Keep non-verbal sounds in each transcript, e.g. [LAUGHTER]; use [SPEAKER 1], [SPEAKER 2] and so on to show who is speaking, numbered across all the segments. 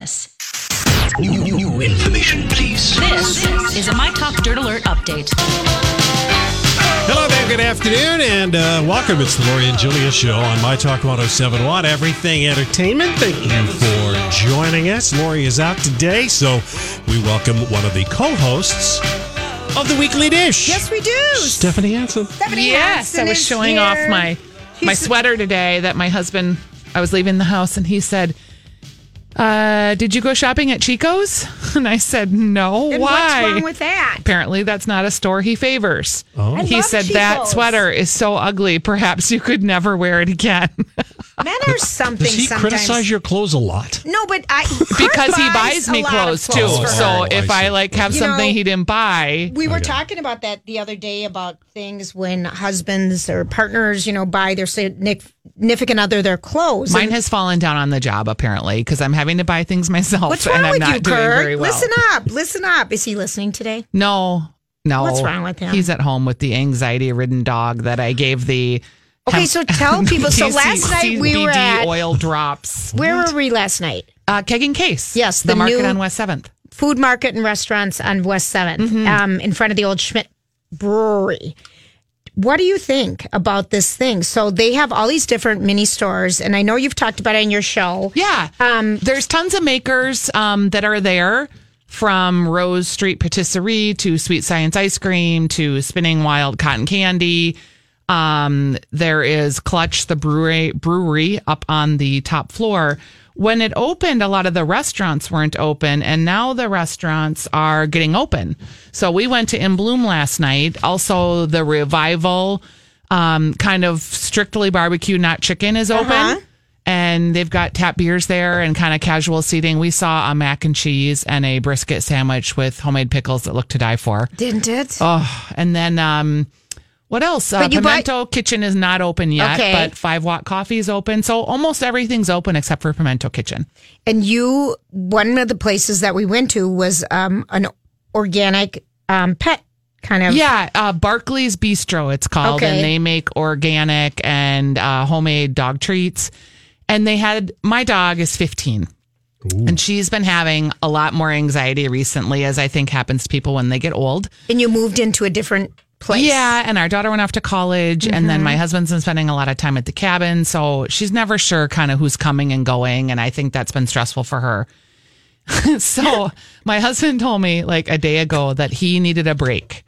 [SPEAKER 1] This
[SPEAKER 2] New, new, new information, please.
[SPEAKER 1] is a My Talk Dirt Alert update.
[SPEAKER 3] Hello there, good afternoon, and uh, welcome. It's the Lori and Julia Show on My Talk 1071, Everything Entertainment. Thank you for joining us. Lori is out today, so we welcome one of the co hosts of the Weekly Dish.
[SPEAKER 4] Yes, we do.
[SPEAKER 3] Stephanie Hansen.
[SPEAKER 4] Stephanie
[SPEAKER 5] Yes,
[SPEAKER 4] Hansen
[SPEAKER 5] I was
[SPEAKER 4] is
[SPEAKER 5] showing
[SPEAKER 4] here.
[SPEAKER 5] off my my
[SPEAKER 4] He's-
[SPEAKER 5] sweater today that my husband. I was leaving the house and he said, uh, "Did you go shopping at Chico's?" [LAUGHS] And I said, "No.
[SPEAKER 4] And
[SPEAKER 5] why?"
[SPEAKER 4] What's wrong with that?
[SPEAKER 5] Apparently, that's not a store he favors.
[SPEAKER 3] Oh. I
[SPEAKER 5] He
[SPEAKER 4] love
[SPEAKER 5] said that
[SPEAKER 4] Chico's."
[SPEAKER 5] sweater is so ugly. Perhaps you could never wear it
[SPEAKER 4] [LAUGHS]
[SPEAKER 5] again
[SPEAKER 4] Men are something.
[SPEAKER 3] Does he
[SPEAKER 4] sometimes.
[SPEAKER 3] criticize your clothes a lot?
[SPEAKER 4] No, but I
[SPEAKER 5] [LAUGHS] because he
[SPEAKER 4] Kurt
[SPEAKER 5] buys
[SPEAKER 4] a
[SPEAKER 5] me
[SPEAKER 4] lot
[SPEAKER 5] clothes
[SPEAKER 4] of
[SPEAKER 5] too.
[SPEAKER 3] Oh,
[SPEAKER 4] for
[SPEAKER 5] so
[SPEAKER 4] her.
[SPEAKER 3] I
[SPEAKER 5] if
[SPEAKER 3] see.
[SPEAKER 5] I like have
[SPEAKER 4] You
[SPEAKER 5] something
[SPEAKER 4] know-
[SPEAKER 5] he didn't buy,
[SPEAKER 4] We were
[SPEAKER 3] Okay.
[SPEAKER 4] talking about that the other day about things when husbands or partners, you know, buy their significant other their clothes.
[SPEAKER 5] mine
[SPEAKER 4] And
[SPEAKER 5] has fallen down on the job apparently because I'm having to buy things myself
[SPEAKER 4] What's
[SPEAKER 5] and
[SPEAKER 4] wrong
[SPEAKER 5] I'm
[SPEAKER 4] with
[SPEAKER 5] not
[SPEAKER 4] you,
[SPEAKER 5] doing
[SPEAKER 4] Kurt?
[SPEAKER 5] very well.
[SPEAKER 4] Listen up. Listen up. Is he listening today?
[SPEAKER 5] No, no.
[SPEAKER 4] What's wrong with him?
[SPEAKER 5] He's at home with the anxiety-ridden dog that I gave the.
[SPEAKER 4] Okay, so
[SPEAKER 5] [LAUGHS]
[SPEAKER 4] tell people. So
[SPEAKER 5] TC
[SPEAKER 4] last night we were
[SPEAKER 5] CBD
[SPEAKER 4] at-
[SPEAKER 5] oil drops.
[SPEAKER 4] Where were we last night?
[SPEAKER 5] Uh, keg and case.
[SPEAKER 4] Yes,
[SPEAKER 5] the,
[SPEAKER 4] the
[SPEAKER 5] market
[SPEAKER 4] new-
[SPEAKER 5] on West Seventh.
[SPEAKER 4] food market and restaurants on West 7th, um, in front of the old Schmidt Brewery. What do you think about this thing? So they have all these different mini stores, and I know you've talked about it in your show.
[SPEAKER 5] Yeah. Um, There's tons of makers um, that are there from Rose Street Patisserie to Sweet Science Ice Cream to Spinning Wild Cotton Candy. Um, there is Clutch, the brewery, brewery up on the top floor. When it opened, a lot of the restaurants weren't open, and now the restaurants are getting open. So we went to In Bloom last night. Also, the revival, um, kind of strictly barbecue, not chicken, is open and they've got tap beers there and kind of casual seating. We saw a mac and cheese and a brisket sandwich with homemade pickles that looked to die for.
[SPEAKER 4] Didn't it?
[SPEAKER 5] Uh, And then um what else? Uh,
[SPEAKER 4] But you buy-
[SPEAKER 5] Pimento Kitchen is not open yet,
[SPEAKER 4] Okay.
[SPEAKER 5] but Five Watt Coffee is open. So almost everything's open except for Pimento Kitchen.
[SPEAKER 4] And you, one of the places that we went to was um, an organic um, pet kind of.
[SPEAKER 5] Yeah, uh, Barclays Bistro, it's called,
[SPEAKER 4] Okay.
[SPEAKER 5] and they make organic and uh, homemade dog treats. And they had my dog is 15, and she's been having a lot more anxiety recently, as I think happens to people when they get old.
[SPEAKER 4] And you moved into a different place.
[SPEAKER 5] Yeah, and our daughter went off to college, and then my husband's been spending a lot of time at the cabin, so she's never sure kind of who's coming and going, and I think that's been stressful for her. [LAUGHS] so my husband told me like a day ago that he needed a break.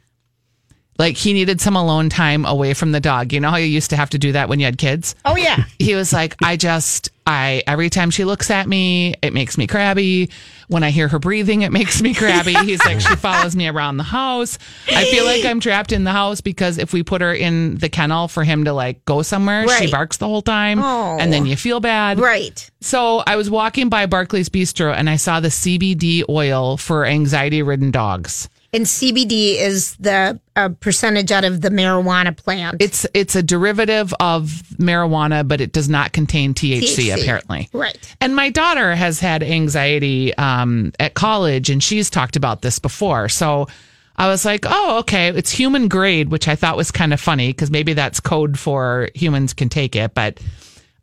[SPEAKER 5] Like he needed some alone time away from the dog. You know how you used to have to do that when you had kids?
[SPEAKER 4] Oh, yeah.
[SPEAKER 5] he was like, I just, I, every time she looks at me, it makes me crabby. When I hear her breathing, it makes
[SPEAKER 4] [LAUGHS]
[SPEAKER 5] me crabby. He's like, she follows me around the house. I feel like I'm trapped in the house because if we put her in the kennel for him to like go somewhere, she
[SPEAKER 4] Right.
[SPEAKER 5] barks the whole time.
[SPEAKER 4] Oh.
[SPEAKER 5] And then you feel bad.
[SPEAKER 4] Right.
[SPEAKER 5] So I was walking by Barclays Bistro and I saw the CBD oil for anxiety ridden dogs.
[SPEAKER 4] And CBD is the uh, percentage out of the marijuana plant.
[SPEAKER 5] It's, it's a derivative of marijuana, but it does not contain THC.
[SPEAKER 4] THC.
[SPEAKER 5] apparently.
[SPEAKER 4] right.
[SPEAKER 5] And my daughter has had anxiety um, at college, and she's talked about this before. So I was like, oh, okay, it's human grade, which I thought was kind of funny because maybe that's code for humans can take it. But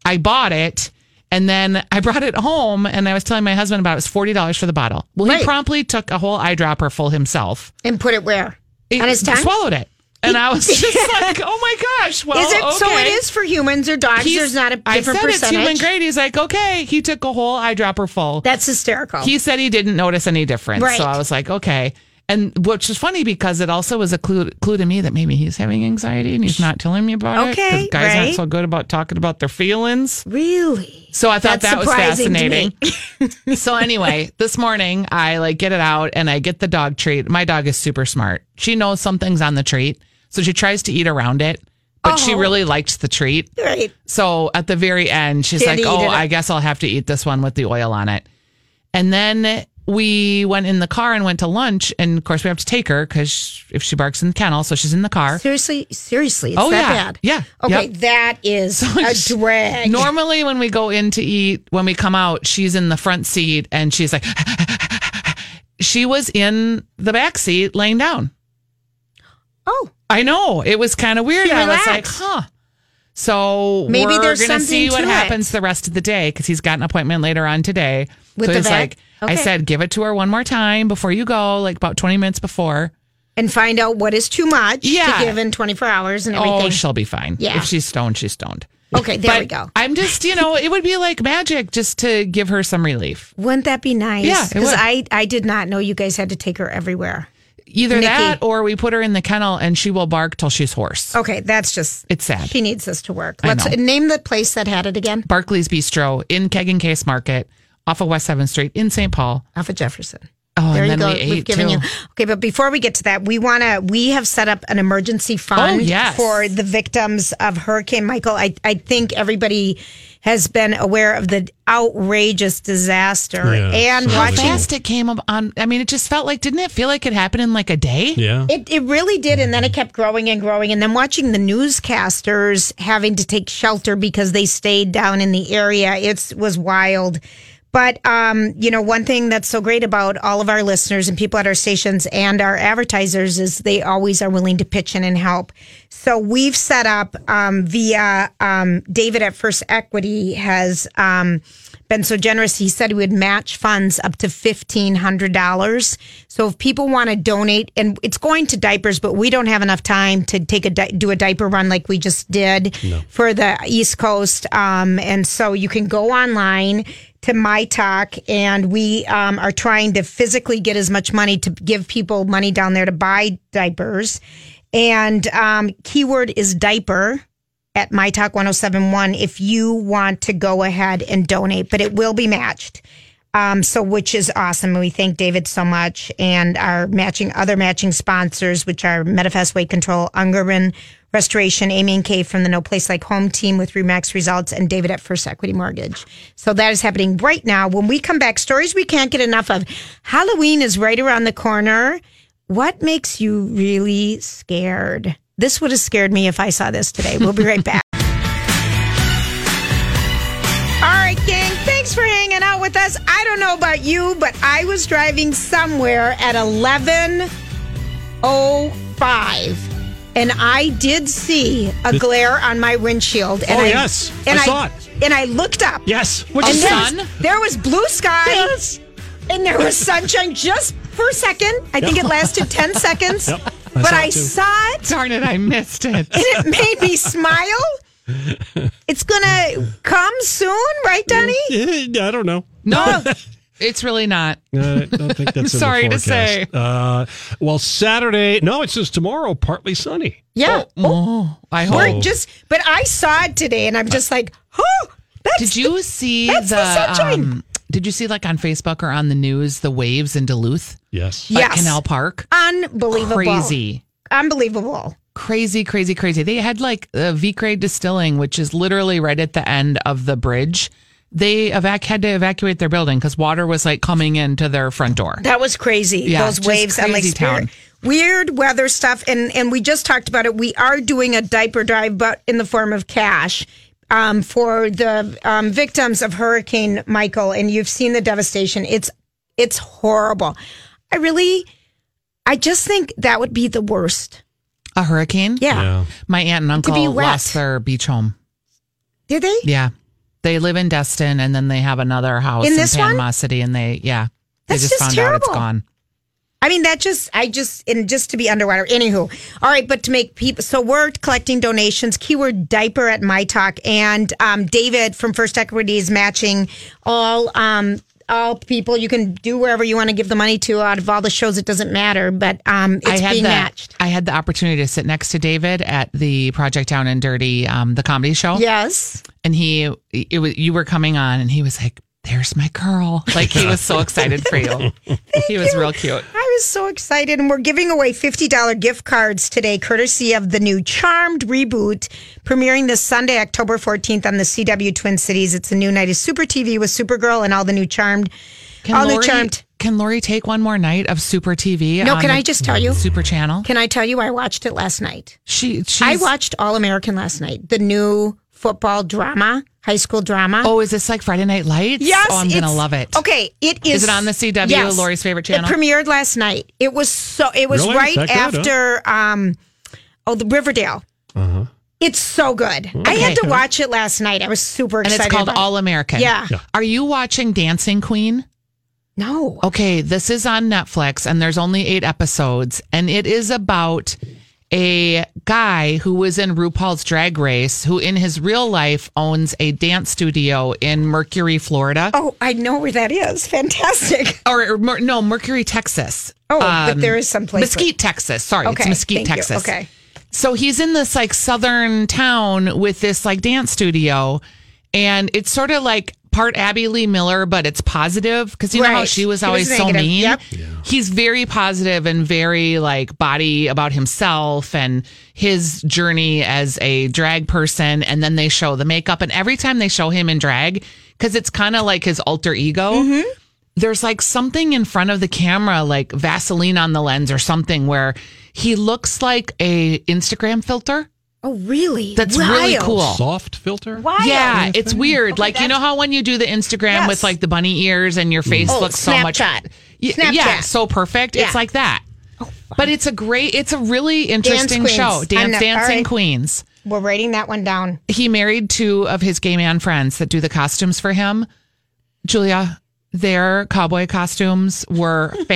[SPEAKER 5] I bought it. And then I brought it home and I was telling my husband about it. It was $40 for the bottle. Well, he
[SPEAKER 4] Right.
[SPEAKER 5] promptly took a whole eyedropper full himself.
[SPEAKER 4] And put it where? On his tongue?
[SPEAKER 5] Swallowed it. And I
[SPEAKER 4] [LAUGHS]
[SPEAKER 5] was just like, oh my gosh. Well,
[SPEAKER 4] is it so? It
[SPEAKER 5] Oh, okay.
[SPEAKER 4] is for humans or dogs.
[SPEAKER 5] He's-
[SPEAKER 4] There's not a
[SPEAKER 5] I said
[SPEAKER 4] different
[SPEAKER 5] it's human
[SPEAKER 4] percentage.
[SPEAKER 5] grade. He's like, okay. He took a whole eyedropper full.
[SPEAKER 4] That's hysterical.
[SPEAKER 5] he said he didn't notice any difference.
[SPEAKER 4] Right.
[SPEAKER 5] So I was like, okay. And which is funny because it also was a clue, clue to me that maybe he's having anxiety and he's not telling me about it.
[SPEAKER 4] Okay,
[SPEAKER 5] 'cause guys
[SPEAKER 4] right.
[SPEAKER 5] aren't so good about talking about their feelings.
[SPEAKER 4] really?
[SPEAKER 5] So I thought
[SPEAKER 4] That's
[SPEAKER 5] that was
[SPEAKER 4] surprising to
[SPEAKER 5] fascinating.
[SPEAKER 4] [LAUGHS]
[SPEAKER 5] so anyway, this morning I like get it out and I get the dog treat. My dog is super smart. She knows something's on the treat, so she tries to eat around it. But she
[SPEAKER 4] Oh.
[SPEAKER 5] really liked the treat.
[SPEAKER 4] [LAUGHS] Right.
[SPEAKER 5] So at the very end, she's
[SPEAKER 4] She had
[SPEAKER 5] like,
[SPEAKER 4] to eat
[SPEAKER 5] "Oh,
[SPEAKER 4] it up."
[SPEAKER 5] I guess I'll have to eat this one with the oil on it." And then we went in the car and went to lunch. And of course, we have to take her because if she barks in the kennel, so she's in the car.
[SPEAKER 4] Seriously, seriously, it's
[SPEAKER 5] Oh,
[SPEAKER 4] that
[SPEAKER 5] yeah.
[SPEAKER 4] bad.
[SPEAKER 5] Yeah.
[SPEAKER 4] Okay,
[SPEAKER 5] Yep.
[SPEAKER 4] that is
[SPEAKER 5] [LAUGHS]
[SPEAKER 4] a drag.
[SPEAKER 5] Normally, when we go in to eat, when we come out, she's in the front seat and she's like, [LAUGHS] she was in the back seat laying down.
[SPEAKER 4] oh,
[SPEAKER 5] I know it was kind of weird.
[SPEAKER 4] She
[SPEAKER 5] I was like,
[SPEAKER 4] relaxed.
[SPEAKER 5] huh. So
[SPEAKER 4] Maybe
[SPEAKER 5] we're
[SPEAKER 4] there's
[SPEAKER 5] gonna see
[SPEAKER 4] something
[SPEAKER 5] what
[SPEAKER 4] to it.
[SPEAKER 5] happens the rest of the day because he's got an appointment later on today.
[SPEAKER 4] With
[SPEAKER 5] so
[SPEAKER 4] the
[SPEAKER 5] he's
[SPEAKER 4] vet?
[SPEAKER 5] like, I
[SPEAKER 4] Okay.
[SPEAKER 5] said, give it to her one more time before you go, like about twenty minutes before.
[SPEAKER 4] and find out what is too much
[SPEAKER 5] Yeah.
[SPEAKER 4] to give in 24 hours and
[SPEAKER 5] Oh,
[SPEAKER 4] everything.
[SPEAKER 5] she'll be fine.
[SPEAKER 4] Yeah.
[SPEAKER 5] if she's stoned, she's stoned.
[SPEAKER 4] okay, there
[SPEAKER 5] but
[SPEAKER 4] we go.
[SPEAKER 5] I'm just, you know, it would be like magic just to give her some relief.
[SPEAKER 4] Wouldn't that be nice?
[SPEAKER 5] Yeah, it
[SPEAKER 4] because
[SPEAKER 5] would.
[SPEAKER 4] I I did not know you guys had to take her everywhere.
[SPEAKER 5] Either
[SPEAKER 4] Nikki.
[SPEAKER 5] that or we put her in the kennel and she will bark till she's hoarse.
[SPEAKER 4] Okay, that's just
[SPEAKER 5] It's sad.
[SPEAKER 4] Oh, she needs this to work. Let's
[SPEAKER 5] know.
[SPEAKER 4] name the place that had it again.
[SPEAKER 5] Barclays Bistro in Keg and Case Market off of West 7th Street in St. Paul.
[SPEAKER 4] Off of Jefferson.
[SPEAKER 5] Oh,
[SPEAKER 4] there
[SPEAKER 5] and
[SPEAKER 4] you
[SPEAKER 5] then
[SPEAKER 4] go.
[SPEAKER 5] we
[SPEAKER 4] We've
[SPEAKER 5] ate,
[SPEAKER 4] given
[SPEAKER 5] too.
[SPEAKER 4] you okay, but before we get to that, we want to. We have set up an emergency fund
[SPEAKER 5] Oh, yes.
[SPEAKER 4] for the victims of Hurricane Michael. I I think everybody has been aware of the outrageous disaster
[SPEAKER 3] Yeah,
[SPEAKER 4] and
[SPEAKER 3] so
[SPEAKER 5] How
[SPEAKER 3] Watching-
[SPEAKER 4] watching.
[SPEAKER 5] fast it came up on. I mean, it just felt like, didn't it feel like it happened in like a day?
[SPEAKER 3] Yeah.
[SPEAKER 4] It, it really did. And then it kept growing and growing. And then watching the newscasters having to take shelter because they stayed down in the area, it was wild. But, um, you know, one thing that's so great about all of our listeners and people at our stations and our advertisers is they always are willing to pitch in and help. So we've set up um, via um, David at First Equity has um, been so generous. He said he would match funds up to $1,500. So if people want to donate, and it's going to diapers, but we don't have enough time to take a di- do a diaper run like we just did for the East Coast. Um, and so you can go online to my talk and we um, are trying to physically get as much money to give people money down there to buy diapers and um, keyword is diaper at oh my talk 1071 if you want to go ahead and donate but it will be matched um, so which is awesome we thank david so much and our matching other matching sponsors which are metafest weight control ungerman restoration amy and kay from the no place like home team with remax results and david at first equity mortgage so that is happening right now when we come back stories we can't get enough of halloween is right around the corner what makes you really scared this would have scared me if i saw this today we'll be right back All right, gang, thanks for hanging out with us. I don't know about you, but I was driving somewhere at 11.05 and I did see a glare on my windshield. And
[SPEAKER 3] Oh,
[SPEAKER 4] I,
[SPEAKER 3] yes.
[SPEAKER 4] And
[SPEAKER 3] I saw it.
[SPEAKER 4] And I looked up.
[SPEAKER 3] Yes. What's
[SPEAKER 4] And
[SPEAKER 3] your
[SPEAKER 4] there
[SPEAKER 3] [LAUGHS] son?
[SPEAKER 5] sun?
[SPEAKER 4] was, there was blue sky and there was sunshine just for a second. I think it
[SPEAKER 3] [LAUGHS]
[SPEAKER 4] lasted 10 seconds.
[SPEAKER 3] Yep, I
[SPEAKER 4] But
[SPEAKER 3] saw it
[SPEAKER 4] I
[SPEAKER 3] too.
[SPEAKER 4] saw it
[SPEAKER 5] Darn it, I missed it.
[SPEAKER 4] and it made me smile.
[SPEAKER 3] [LAUGHS]
[SPEAKER 4] It's gonna come soon, right, Donnie?
[SPEAKER 3] I don't know.
[SPEAKER 5] [LAUGHS] No, it's really not.
[SPEAKER 3] Uh, I don't think that's in
[SPEAKER 5] Sorry
[SPEAKER 3] the
[SPEAKER 5] to say.
[SPEAKER 3] forecast. Uh, well, Saturday. No, it says tomorrow, partly sunny.
[SPEAKER 4] Yeah.
[SPEAKER 5] Oh, I hope.
[SPEAKER 4] We're just, but I saw it today, and I'm just like, oh, that's
[SPEAKER 5] Did you see
[SPEAKER 4] That's the
[SPEAKER 5] the?
[SPEAKER 4] sunshine.
[SPEAKER 5] um, did you see like on Facebook or on the news the waves in Duluth
[SPEAKER 3] Yes.
[SPEAKER 5] at
[SPEAKER 4] yes,
[SPEAKER 5] Canal Park?
[SPEAKER 4] unbelievable,
[SPEAKER 5] Crazy.
[SPEAKER 4] unbelievable.
[SPEAKER 5] crazy, crazy, crazy. They had like uh, V Grade Distilling, which is literally right at the end of the bridge. They evac- had to evacuate their building because water was like coming into their front door.
[SPEAKER 4] That was crazy.
[SPEAKER 5] Yeah,
[SPEAKER 4] Those
[SPEAKER 5] just
[SPEAKER 4] waves and like
[SPEAKER 5] crazy
[SPEAKER 4] spirit.
[SPEAKER 5] town.
[SPEAKER 4] Weird weather stuff, and and we just talked about it. We are doing a diaper drive, but in the form of cash. Um, for the um, victims of Hurricane Michael, and you've seen the devastation. It's it's horrible. I really, I just think that would be the worst.
[SPEAKER 5] A hurricane?
[SPEAKER 4] Yeah.
[SPEAKER 3] Yeah.
[SPEAKER 5] My aunt and
[SPEAKER 4] To
[SPEAKER 5] uncle
[SPEAKER 4] be wet.
[SPEAKER 5] lost their beach home.
[SPEAKER 4] Did they?
[SPEAKER 5] Yeah. They live in Destin and then they have another house
[SPEAKER 4] In
[SPEAKER 5] in,
[SPEAKER 4] this one?
[SPEAKER 5] Panama City and they, yeah. They
[SPEAKER 4] That's
[SPEAKER 5] just,
[SPEAKER 4] just
[SPEAKER 5] found out it's
[SPEAKER 4] terrible.
[SPEAKER 5] gone.
[SPEAKER 4] I mean, that just, I just, and just to be underwater. Anywho, all right, but to make people, so we're collecting donations, keyword diaper at my talk, and um, David from First Equity is matching all. Um, all people you can do wherever you want to give the money to out of all the shows it doesn't matter but um it's
[SPEAKER 5] I had
[SPEAKER 4] being
[SPEAKER 5] the
[SPEAKER 4] matched
[SPEAKER 5] I had the opportunity to sit next to David at the Project Down and Dirty, um, the comedy show.
[SPEAKER 4] yes
[SPEAKER 5] and he it was you were coming on, and he was like, "There's my girl!" Like he
[SPEAKER 4] [LAUGHS]
[SPEAKER 5] was so excited for you. he was real cute.
[SPEAKER 4] I was so excited, and we're giving away $50 gift cards today, courtesy of the new Charmed reboot, premiering this Sunday, October 14th on the CW Twin Cities. It's a new night of Super TV with Supergirl and all the new Charmed. all new Charmed.
[SPEAKER 5] can Lori take one more night of Super TV?
[SPEAKER 4] No,
[SPEAKER 5] on
[SPEAKER 4] can
[SPEAKER 5] the
[SPEAKER 4] I just tell you?
[SPEAKER 5] Super Channel?
[SPEAKER 4] Can I tell you, I watched it last night.
[SPEAKER 5] She, she's,
[SPEAKER 4] I watched All American last night, the new football drama, high school drama.
[SPEAKER 5] Oh, is this like Friday Night Lights?
[SPEAKER 4] Yes,
[SPEAKER 5] oh, I'm gonna
[SPEAKER 4] it's-
[SPEAKER 5] love it.
[SPEAKER 4] Okay, it is.
[SPEAKER 5] Is it on the CW,
[SPEAKER 4] Yes.
[SPEAKER 5] Lori's favorite channel?
[SPEAKER 4] It premiered last night. It was so. It was
[SPEAKER 3] Really?
[SPEAKER 4] right
[SPEAKER 3] That good, huh?
[SPEAKER 4] after. Um, oh, the Riverdale.
[SPEAKER 3] Uh-huh.
[SPEAKER 4] It's so good. I had to watch it last night. I was super
[SPEAKER 5] and
[SPEAKER 4] excited.
[SPEAKER 5] it's called
[SPEAKER 4] about it.
[SPEAKER 5] All American.
[SPEAKER 4] Yeah.
[SPEAKER 3] Yeah.
[SPEAKER 5] Are you watching Dancing Queen?
[SPEAKER 4] No.
[SPEAKER 5] Okay, this is on Netflix and there's only eight episodes, and it is about a guy who was in RuPaul's drag race who in his real life owns a dance studio in Mercury, Florida.
[SPEAKER 4] Oh, I know where that is. Fantastic. [LAUGHS]
[SPEAKER 5] Or, or Mer- no, Mercury, Texas.
[SPEAKER 4] Oh, but there is some place. where-
[SPEAKER 5] Um, Mesquite, Texas. Sorry, it's
[SPEAKER 4] Okay,
[SPEAKER 5] Mesquite,
[SPEAKER 4] thank you.
[SPEAKER 5] Texas.
[SPEAKER 4] Okay.
[SPEAKER 5] So he's in this like southern town with this like dance studio, and it's sort of like part Abby Lee Miller, but it's positive because you know how
[SPEAKER 4] Right.
[SPEAKER 5] she was
[SPEAKER 4] He was
[SPEAKER 5] always so
[SPEAKER 4] negative.
[SPEAKER 5] mean.
[SPEAKER 4] Yep.
[SPEAKER 5] He's very positive and very like body about himself and his journey as a drag person. And then they show the makeup, and every time they show him in drag, because it's kind of like his alter ego there's like something in front of the camera like vaseline on the lens or something where he looks like a instagram filter
[SPEAKER 4] Oh, really?
[SPEAKER 5] that's really
[SPEAKER 4] Wild.
[SPEAKER 5] cool
[SPEAKER 3] Soft filter?
[SPEAKER 4] Wild.
[SPEAKER 5] yeah it's weird like you know how when you do the instagram
[SPEAKER 4] Yes.
[SPEAKER 5] with like the bunny ears and your face
[SPEAKER 4] Oh,
[SPEAKER 5] looks so much
[SPEAKER 4] Snapchat.
[SPEAKER 5] Y-
[SPEAKER 4] Snapchat.
[SPEAKER 5] yeah so perfect
[SPEAKER 4] Yeah. Oh,
[SPEAKER 5] it's like that but it's a great it's a really interesting
[SPEAKER 4] Queens.
[SPEAKER 5] show
[SPEAKER 4] I'm
[SPEAKER 5] dance
[SPEAKER 4] not-
[SPEAKER 5] dancing
[SPEAKER 4] alright.
[SPEAKER 5] queens
[SPEAKER 4] We're writing that one down.
[SPEAKER 5] he married two of his gay man friends that do the costumes for him. Julia, their cowboy costumes were [LAUGHS]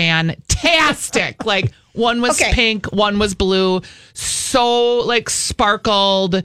[SPEAKER 5] fantastic. like one was
[SPEAKER 4] Okay.
[SPEAKER 5] pink, one was blue, so like sparkled,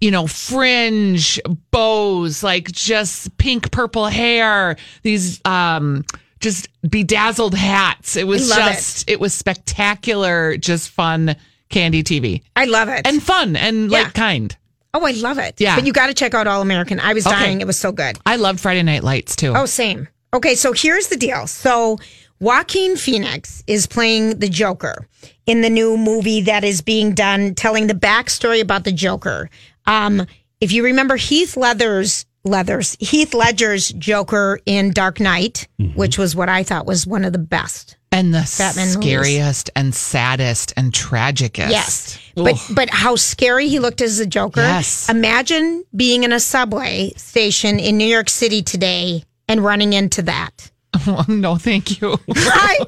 [SPEAKER 5] you know, fringe, bows, like just pink purple hair, these um just bedazzled hats. It was
[SPEAKER 4] I love
[SPEAKER 5] just it. was spectacular, just fun candy TV.
[SPEAKER 4] I love it.
[SPEAKER 5] And fun and
[SPEAKER 4] Yeah.
[SPEAKER 5] like kind.
[SPEAKER 4] oh, I love it.
[SPEAKER 5] Yeah.
[SPEAKER 4] But you got to check out All American. I was
[SPEAKER 5] Okay.
[SPEAKER 4] dying. It was so good.
[SPEAKER 5] I loved Friday Night Lights too.
[SPEAKER 4] Oh, same. Okay, so here's the deal. So Joaquin Phoenix is playing the Joker in the new movie that is being done, telling the backstory about the Joker. Um, if you remember Heath Leather's Leathers, Heath Ledger's Joker in Dark Knight, which was what I thought was one of the best.
[SPEAKER 5] and the
[SPEAKER 4] Batman movies.
[SPEAKER 5] scariest and saddest and tragicest. [LAUGHS]
[SPEAKER 4] Yes. But but how scary he looked as a Joker.
[SPEAKER 5] Yes.
[SPEAKER 4] Imagine being in a subway station in New York City today and running into that.
[SPEAKER 5] no,
[SPEAKER 4] [LAUGHS]
[SPEAKER 5] thank you.
[SPEAKER 4] I,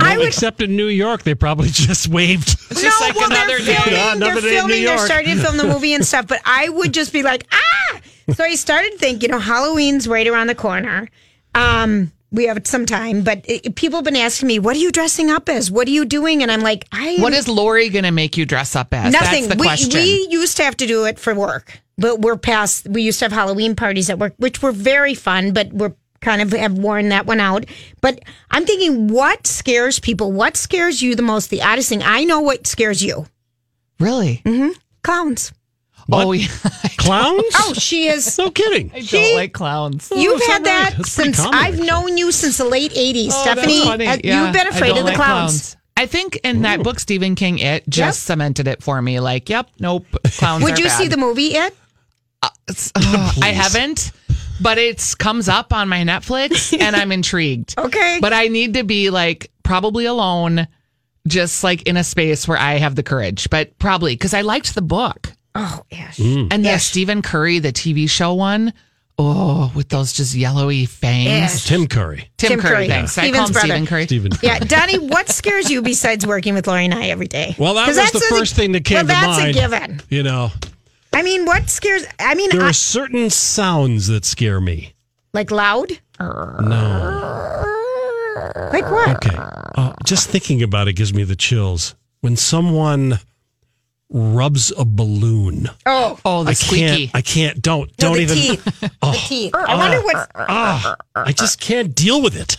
[SPEAKER 4] I would
[SPEAKER 3] Except in New York, they probably [LAUGHS] just waved.
[SPEAKER 5] It's just like
[SPEAKER 4] they're
[SPEAKER 5] another day.
[SPEAKER 4] filming,
[SPEAKER 3] Yeah, another
[SPEAKER 4] they're
[SPEAKER 3] day in
[SPEAKER 4] filming,
[SPEAKER 3] New
[SPEAKER 4] they're
[SPEAKER 3] York.
[SPEAKER 4] starting to film the movie and stuff, but I would just be like, ah! So I started thinking, you know, Halloween's right around the corner. Um, we have some time, but it, people have been asking me, what are you dressing up as? What are you doing? And I'm like, I am
[SPEAKER 5] What is Lori going to make you dress up as?
[SPEAKER 4] nothing.
[SPEAKER 5] That's the
[SPEAKER 4] we,
[SPEAKER 5] question.
[SPEAKER 4] we used to have to do it for work, but we're past, we used to have Halloween parties at work, which were very fun, but we're kind of have worn that one out. But I'm thinking, what scares people? What scares you the most? The oddest thing. I know what scares you
[SPEAKER 5] really?
[SPEAKER 4] Mm-hmm. clowns.
[SPEAKER 5] [LAUGHS] Oh, yeah. [LAUGHS]
[SPEAKER 3] Clowns?
[SPEAKER 4] Oh,
[SPEAKER 3] [LAUGHS]
[SPEAKER 4] she is.
[SPEAKER 3] No kidding.
[SPEAKER 5] I
[SPEAKER 4] She-
[SPEAKER 5] don't like clowns. Oh,
[SPEAKER 4] You've
[SPEAKER 3] is that
[SPEAKER 4] had that
[SPEAKER 3] right? That's pretty
[SPEAKER 4] since
[SPEAKER 3] common,
[SPEAKER 4] I've
[SPEAKER 3] actually. Oh,
[SPEAKER 4] known you since the late '80s, Stephanie. uh, You've been afraid of the clowns.
[SPEAKER 5] I think in that book, Stephen King, it just cemented it for me. Like, yep, nope, clowns.
[SPEAKER 4] Would
[SPEAKER 5] are
[SPEAKER 4] you see
[SPEAKER 5] bad.
[SPEAKER 4] the movie yet?
[SPEAKER 5] It's- ugh, [LAUGHS] I haven't, but it comes up on my
[SPEAKER 4] [LAUGHS]
[SPEAKER 5] Netflix and I'm intrigued.
[SPEAKER 4] Okay.
[SPEAKER 5] But I need to be like probably alone, just like in a space where I have the courage, but probably because I liked the book
[SPEAKER 4] Oh, Ash.
[SPEAKER 3] Mm. Hmm.
[SPEAKER 5] and the Stephen Curry, the TV show one. Oh, with those just yellowy fangs.
[SPEAKER 4] Yes.
[SPEAKER 3] Tim Curry.
[SPEAKER 5] Tim,
[SPEAKER 4] Tim
[SPEAKER 5] Curry,
[SPEAKER 4] Curry.
[SPEAKER 5] thanks. I
[SPEAKER 4] Stephen's
[SPEAKER 5] call him
[SPEAKER 4] brother.
[SPEAKER 5] Stephen Curry.
[SPEAKER 3] Stephen Curry. [LAUGHS]
[SPEAKER 4] Yeah, Donnie, what scares you besides working with Lori and I every day?
[SPEAKER 3] Well, that was
[SPEAKER 4] 'Cause that's
[SPEAKER 3] the
[SPEAKER 4] a-
[SPEAKER 3] first thing that came
[SPEAKER 4] well,
[SPEAKER 3] to
[SPEAKER 4] that's
[SPEAKER 3] mind.
[SPEAKER 4] a given.
[SPEAKER 3] You know,
[SPEAKER 4] I mean, what scares? I mean,
[SPEAKER 3] there
[SPEAKER 4] I,
[SPEAKER 3] are certain sounds that scare me.
[SPEAKER 4] like loud.
[SPEAKER 3] No.
[SPEAKER 4] Like what?
[SPEAKER 3] Okay. Uh, just thinking about it gives me the chills. When someone rubs a balloon,
[SPEAKER 4] Oh,
[SPEAKER 5] Oh, the
[SPEAKER 3] I
[SPEAKER 5] squeaky.
[SPEAKER 3] can't. I can't. Don't.
[SPEAKER 6] No,
[SPEAKER 3] Don't
[SPEAKER 6] the
[SPEAKER 3] even. [LAUGHS] Oh.
[SPEAKER 6] teeth.
[SPEAKER 4] the teeth. I wonder what.
[SPEAKER 3] Ah, I just can't deal with it.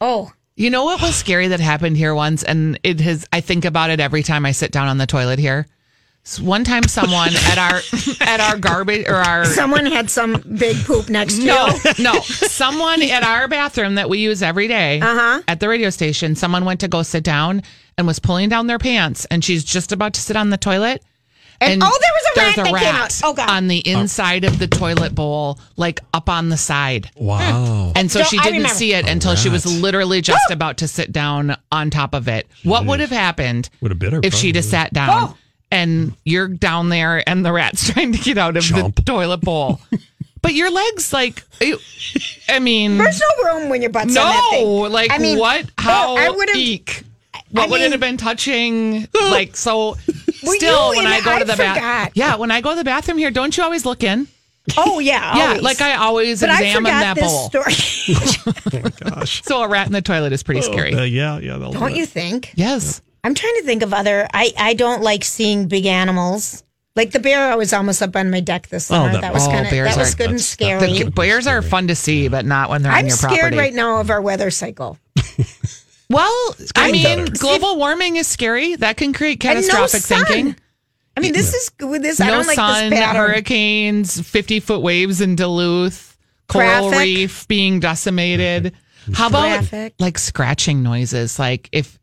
[SPEAKER 4] Oh,
[SPEAKER 5] You know what was scary that happened here once, and it has. I think about it every time I sit down on the toilet here. S- One time, someone at our at our garbage or
[SPEAKER 4] [LAUGHS]
[SPEAKER 5] our
[SPEAKER 4] someone had some big poop next to
[SPEAKER 5] no
[SPEAKER 4] you.
[SPEAKER 5] [LAUGHS] no someone at our bathroom that we use every day,
[SPEAKER 4] Uh-huh.
[SPEAKER 5] at the radio station. Someone went to go sit down and was pulling down their pants, and she's just about to sit on the toilet.
[SPEAKER 4] And- oh, there was a rat
[SPEAKER 5] there's
[SPEAKER 4] that came out. Oh, God.
[SPEAKER 5] on the inside of the toilet bowl, like up on the side.
[SPEAKER 3] Wow.
[SPEAKER 5] And so
[SPEAKER 4] No,
[SPEAKER 5] she
[SPEAKER 4] I
[SPEAKER 5] didn't
[SPEAKER 4] remember.
[SPEAKER 5] see it until she was
[SPEAKER 3] Alright.
[SPEAKER 5] literally just about to sit down on top of it. What would have happened
[SPEAKER 3] Would have been her,
[SPEAKER 5] if she'd have
[SPEAKER 3] probably.
[SPEAKER 5] sat down
[SPEAKER 4] Oh!
[SPEAKER 5] and you're down there and the rat's [LAUGHS] trying to get out of the
[SPEAKER 3] Chomp.
[SPEAKER 5] toilet bowl? but your legs, like, it- I mean,
[SPEAKER 4] There's no room when your butt's on that thing.
[SPEAKER 5] no, like,
[SPEAKER 4] I mean,
[SPEAKER 5] what?
[SPEAKER 4] oh,
[SPEAKER 5] How?
[SPEAKER 4] I would've-
[SPEAKER 5] eek. What
[SPEAKER 4] I
[SPEAKER 5] would it
[SPEAKER 4] mean-
[SPEAKER 5] have
[SPEAKER 4] [GASPS]
[SPEAKER 5] been touching? like, so still,
[SPEAKER 4] you in
[SPEAKER 5] when I
[SPEAKER 4] it?
[SPEAKER 5] go
[SPEAKER 4] I
[SPEAKER 5] to the bathroom,
[SPEAKER 4] forgot.
[SPEAKER 5] yeah, when I go to the bathroom here, don't you always look in?
[SPEAKER 4] Oh yeah,
[SPEAKER 5] Yeah,
[SPEAKER 4] always.
[SPEAKER 5] like I always
[SPEAKER 4] But I
[SPEAKER 5] examine
[SPEAKER 4] forgot
[SPEAKER 5] that
[SPEAKER 4] this
[SPEAKER 5] bowl.
[SPEAKER 4] story. [LAUGHS]
[SPEAKER 5] So a rat in the toilet is pretty scary.
[SPEAKER 3] Uh, yeah, yeah. they'll do
[SPEAKER 4] Don't
[SPEAKER 3] it.
[SPEAKER 4] you think?
[SPEAKER 5] Yes.
[SPEAKER 4] I'm trying to think of other. I I don't like seeing big animals. Like the bear was almost up on my deck this summer.
[SPEAKER 3] that-
[SPEAKER 4] that, was
[SPEAKER 5] oh,
[SPEAKER 4] kind of
[SPEAKER 5] bears
[SPEAKER 4] that was
[SPEAKER 5] aren't-
[SPEAKER 4] good and
[SPEAKER 3] that's- that-
[SPEAKER 4] scary.
[SPEAKER 5] The bears are fun to see, but not when they're on
[SPEAKER 4] I'm
[SPEAKER 5] your
[SPEAKER 4] scared
[SPEAKER 5] property.
[SPEAKER 4] right now of our weather cycle.
[SPEAKER 5] well, I mean,
[SPEAKER 3] better.
[SPEAKER 5] global warming is scary. That can create
[SPEAKER 4] And no
[SPEAKER 5] catastrophic
[SPEAKER 4] sun.
[SPEAKER 5] thinking.
[SPEAKER 4] I mean, this is with this. I
[SPEAKER 5] No
[SPEAKER 4] don't like
[SPEAKER 5] sun,
[SPEAKER 4] this pattern.
[SPEAKER 5] hurricanes, fifty foot waves in Duluth, coral
[SPEAKER 4] Traffic.
[SPEAKER 5] reef being decimated. How about
[SPEAKER 4] Traffic.
[SPEAKER 5] like scratching noises? Like if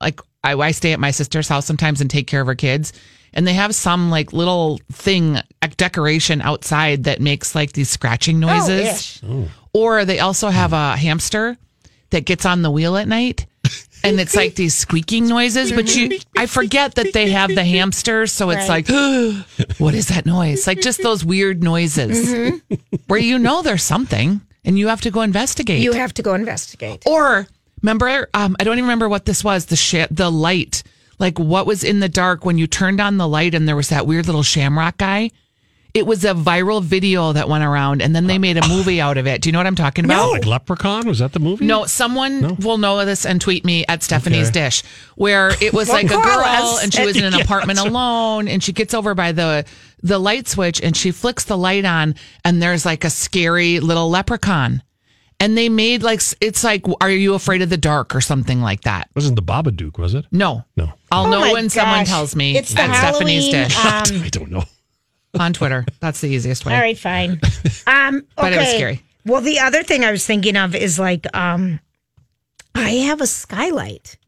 [SPEAKER 5] like I, I stay at my sister's house sometimes and take care of her kids. And they have some like little thing, a decoration outside that makes like these scratching
[SPEAKER 4] Oh, ish.
[SPEAKER 5] noises. Or they also have a hamster that gets on the wheel at night. And it's like these squeaking noises, but you, I forget that they have the hamsters. So it's
[SPEAKER 4] Right.
[SPEAKER 5] like, [GASPS] what is that noise? Like just those weird noises
[SPEAKER 4] Mm-hmm.
[SPEAKER 5] where you know there's something and you have to go investigate.
[SPEAKER 4] You have to go investigate.
[SPEAKER 5] Or remember, um, I don't even remember what this was. The sh- the light, like what was in the dark when you turned on the light, and there was that weird little shamrock guy. It was a viral video that went around, and then they made a movie out of it. Do you know what I'm talking about?
[SPEAKER 3] Like Leprechaun? Was that the movie?
[SPEAKER 5] No, someone will know this and tweet me at Stephanie's
[SPEAKER 3] Okay.
[SPEAKER 5] Dish, where it was like a
[SPEAKER 4] course.
[SPEAKER 5] girl and she was in an
[SPEAKER 3] Yeah,
[SPEAKER 5] apartment alone and she gets over by the the light switch and she flicks the light on and there's like a scary little leprechaun. And they made like s- it's like are you afraid of the dark or something like that?
[SPEAKER 3] Wasn't the Babadook? Was it?
[SPEAKER 5] No.
[SPEAKER 3] No.
[SPEAKER 5] I'll
[SPEAKER 4] Oh
[SPEAKER 5] know
[SPEAKER 4] my
[SPEAKER 5] when someone
[SPEAKER 4] gosh.
[SPEAKER 5] tells me
[SPEAKER 4] It's the
[SPEAKER 5] at Stephanie's
[SPEAKER 4] Halloween,
[SPEAKER 5] Dish
[SPEAKER 4] um,
[SPEAKER 3] [LAUGHS] I don't know.
[SPEAKER 5] on Twitter. That's the easiest way.
[SPEAKER 4] All right,
[SPEAKER 5] [LAUGHS]
[SPEAKER 4] fine. Um, okay.
[SPEAKER 5] But it was scary.
[SPEAKER 4] Well, the other thing I was thinking of is like, um, I have a skylight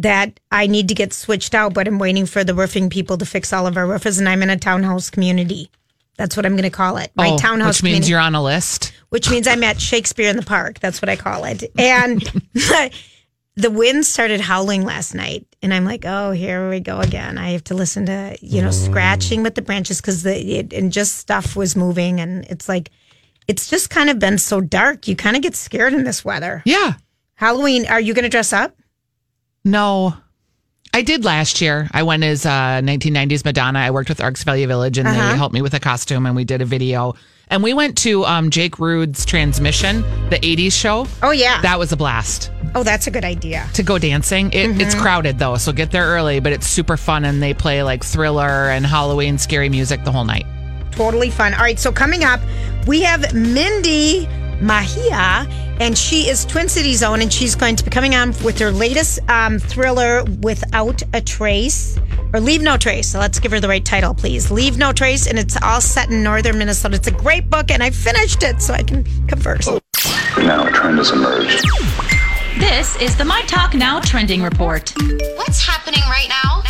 [SPEAKER 4] that I need to get switched out, but I'm waiting for the roofing people to fix all of our roofers, and I'm in a townhouse community. That's what I'm going to call it. My
[SPEAKER 5] Oh,
[SPEAKER 4] townhouse
[SPEAKER 5] which means
[SPEAKER 4] community
[SPEAKER 5] you're on a list.
[SPEAKER 4] which means I'm at Shakespeare in the Park. That's what I call it. And [LAUGHS] the wind started howling last night, and I'm like, oh, here we go again. I have to listen to you know scratching with the branches because the it, and just stuff was moving, and it's like. It's just kind of been so dark. You kind of get scared in this weather.
[SPEAKER 5] Yeah.
[SPEAKER 4] Halloween, are you going to dress up?
[SPEAKER 5] No. I did last year. I went as uh, 1990s Madonna. I worked with Arks Valley Village and
[SPEAKER 7] Uh-huh.
[SPEAKER 5] they helped me with a costume and we did a video. And we went to um, Jake Rude's Transmission, the 80s show.
[SPEAKER 4] Oh yeah.
[SPEAKER 5] That was a blast
[SPEAKER 4] oh, that's a good idea.
[SPEAKER 5] to go dancing. It,
[SPEAKER 7] Mm-hmm.
[SPEAKER 5] It's crowded though, so get there early, but it's super fun and they play like thriller and Halloween scary music the whole night.
[SPEAKER 4] Totally fun. All right, so coming up, we have Mindy Mahia and she is Twin Cities own, and she's going to be coming on with her latest um, thriller, Without a Trace, or Leave No Trace. So let's give her the right title, please. Leave No Trace, and it's all set in northern Minnesota. It's a great book, and I finished it, so I can converse.
[SPEAKER 6] Now a trend has emerged.
[SPEAKER 1] This is the My Talk Now trending report.
[SPEAKER 8] What's happening right now?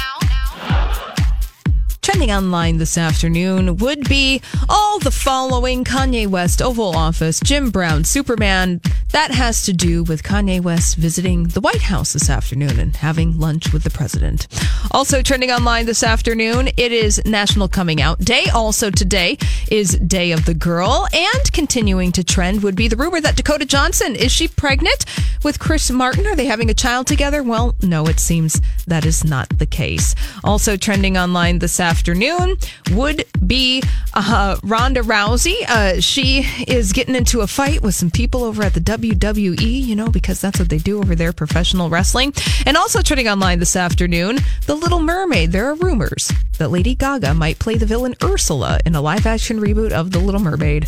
[SPEAKER 7] Trending online this afternoon would be all the following Kanye West, Oval Office, Jim Brown, Superman. That has to do with Kanye West visiting the White House this afternoon and having lunch with the president. Also trending online this afternoon, it is National Coming Out Day. Also today is Day of the Girl. And continuing to trend would be the rumor that Dakota Johnson is she pregnant with Chris Martin? Are they having a child together? Well, no, it seems that is not the case. Also trending online this afternoon would be uh, Ronda Rousey. Uh, she is getting into a fight with some people over at the WWE, you know, because that's what they do over there, professional wrestling. And also trending online this afternoon, The Little Mermaid. There are rumors that Lady Gaga might play the villain Ursula in a live action reboot of The Little Mermaid.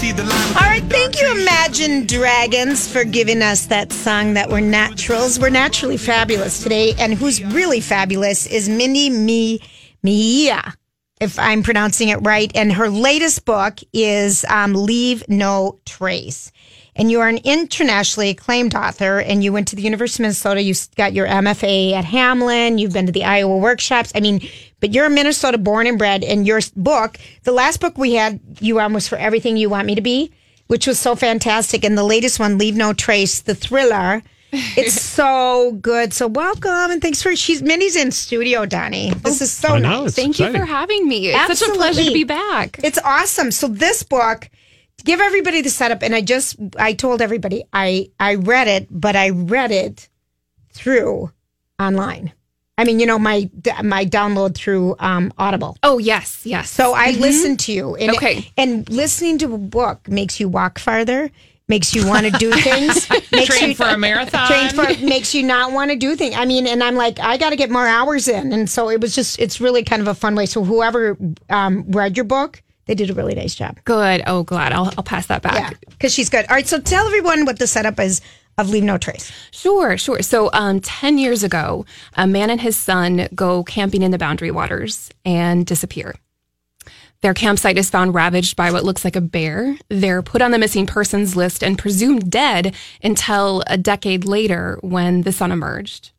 [SPEAKER 4] All right, thank you, Imagine Dragons, for giving us that song that we're naturals. We're naturally fabulous today, and who's really fabulous is Mindy Me Mia, if I'm pronouncing it right. And her latest book is um, Leave No Trace. And you are an internationally acclaimed author, and you went to the University of Minnesota. You got your MFA at Hamlin. You've been to the Iowa workshops. I mean, but you're a Minnesota born and bred, and your book, the last book we had you on was For Everything You Want Me to Be, which was so fantastic. And the latest one, Leave No Trace, the thriller. It's so good. So welcome and thanks for she's Minnie's in studio, Donnie. This is so
[SPEAKER 3] I know,
[SPEAKER 4] Oh, nice.
[SPEAKER 3] it's
[SPEAKER 9] Thank you for
[SPEAKER 3] exciting.
[SPEAKER 9] having me. It's such a pleasure to
[SPEAKER 4] Absolutely.
[SPEAKER 9] be back.
[SPEAKER 4] It's awesome. So this book, to give everybody the setup, and I just I told everybody I I read it, but I read it through online. I mean, you know my my download through um, Audible.
[SPEAKER 9] Oh, yes, yes. Mm-hmm.
[SPEAKER 4] So I listen to you. And,
[SPEAKER 9] Okay.
[SPEAKER 4] And listening to a book makes you walk farther, makes you want to
[SPEAKER 9] [LAUGHS]
[SPEAKER 4] do things, makes
[SPEAKER 5] Train
[SPEAKER 4] you
[SPEAKER 5] for
[SPEAKER 4] [LAUGHS]
[SPEAKER 5] a marathon.
[SPEAKER 4] train for makes you not want to do things. I mean, and I'm like, I got to get more hours in. And so it was just, it's really kind of a fun way. So whoever um, read your book, they did a really nice job.
[SPEAKER 9] Good. Oh, glad. I'll, I'll pass that back.
[SPEAKER 4] Yeah. Because she's good. All right. So tell everyone what the setup is of Leave No Trace.
[SPEAKER 9] Sure, sure. So, um, 10 years ago, a man and his son go camping in the boundary waters and disappear. Their campsite is found ravaged by what looks like a bear. They're put on the missing persons list and presumed dead until a decade later when the son emerged.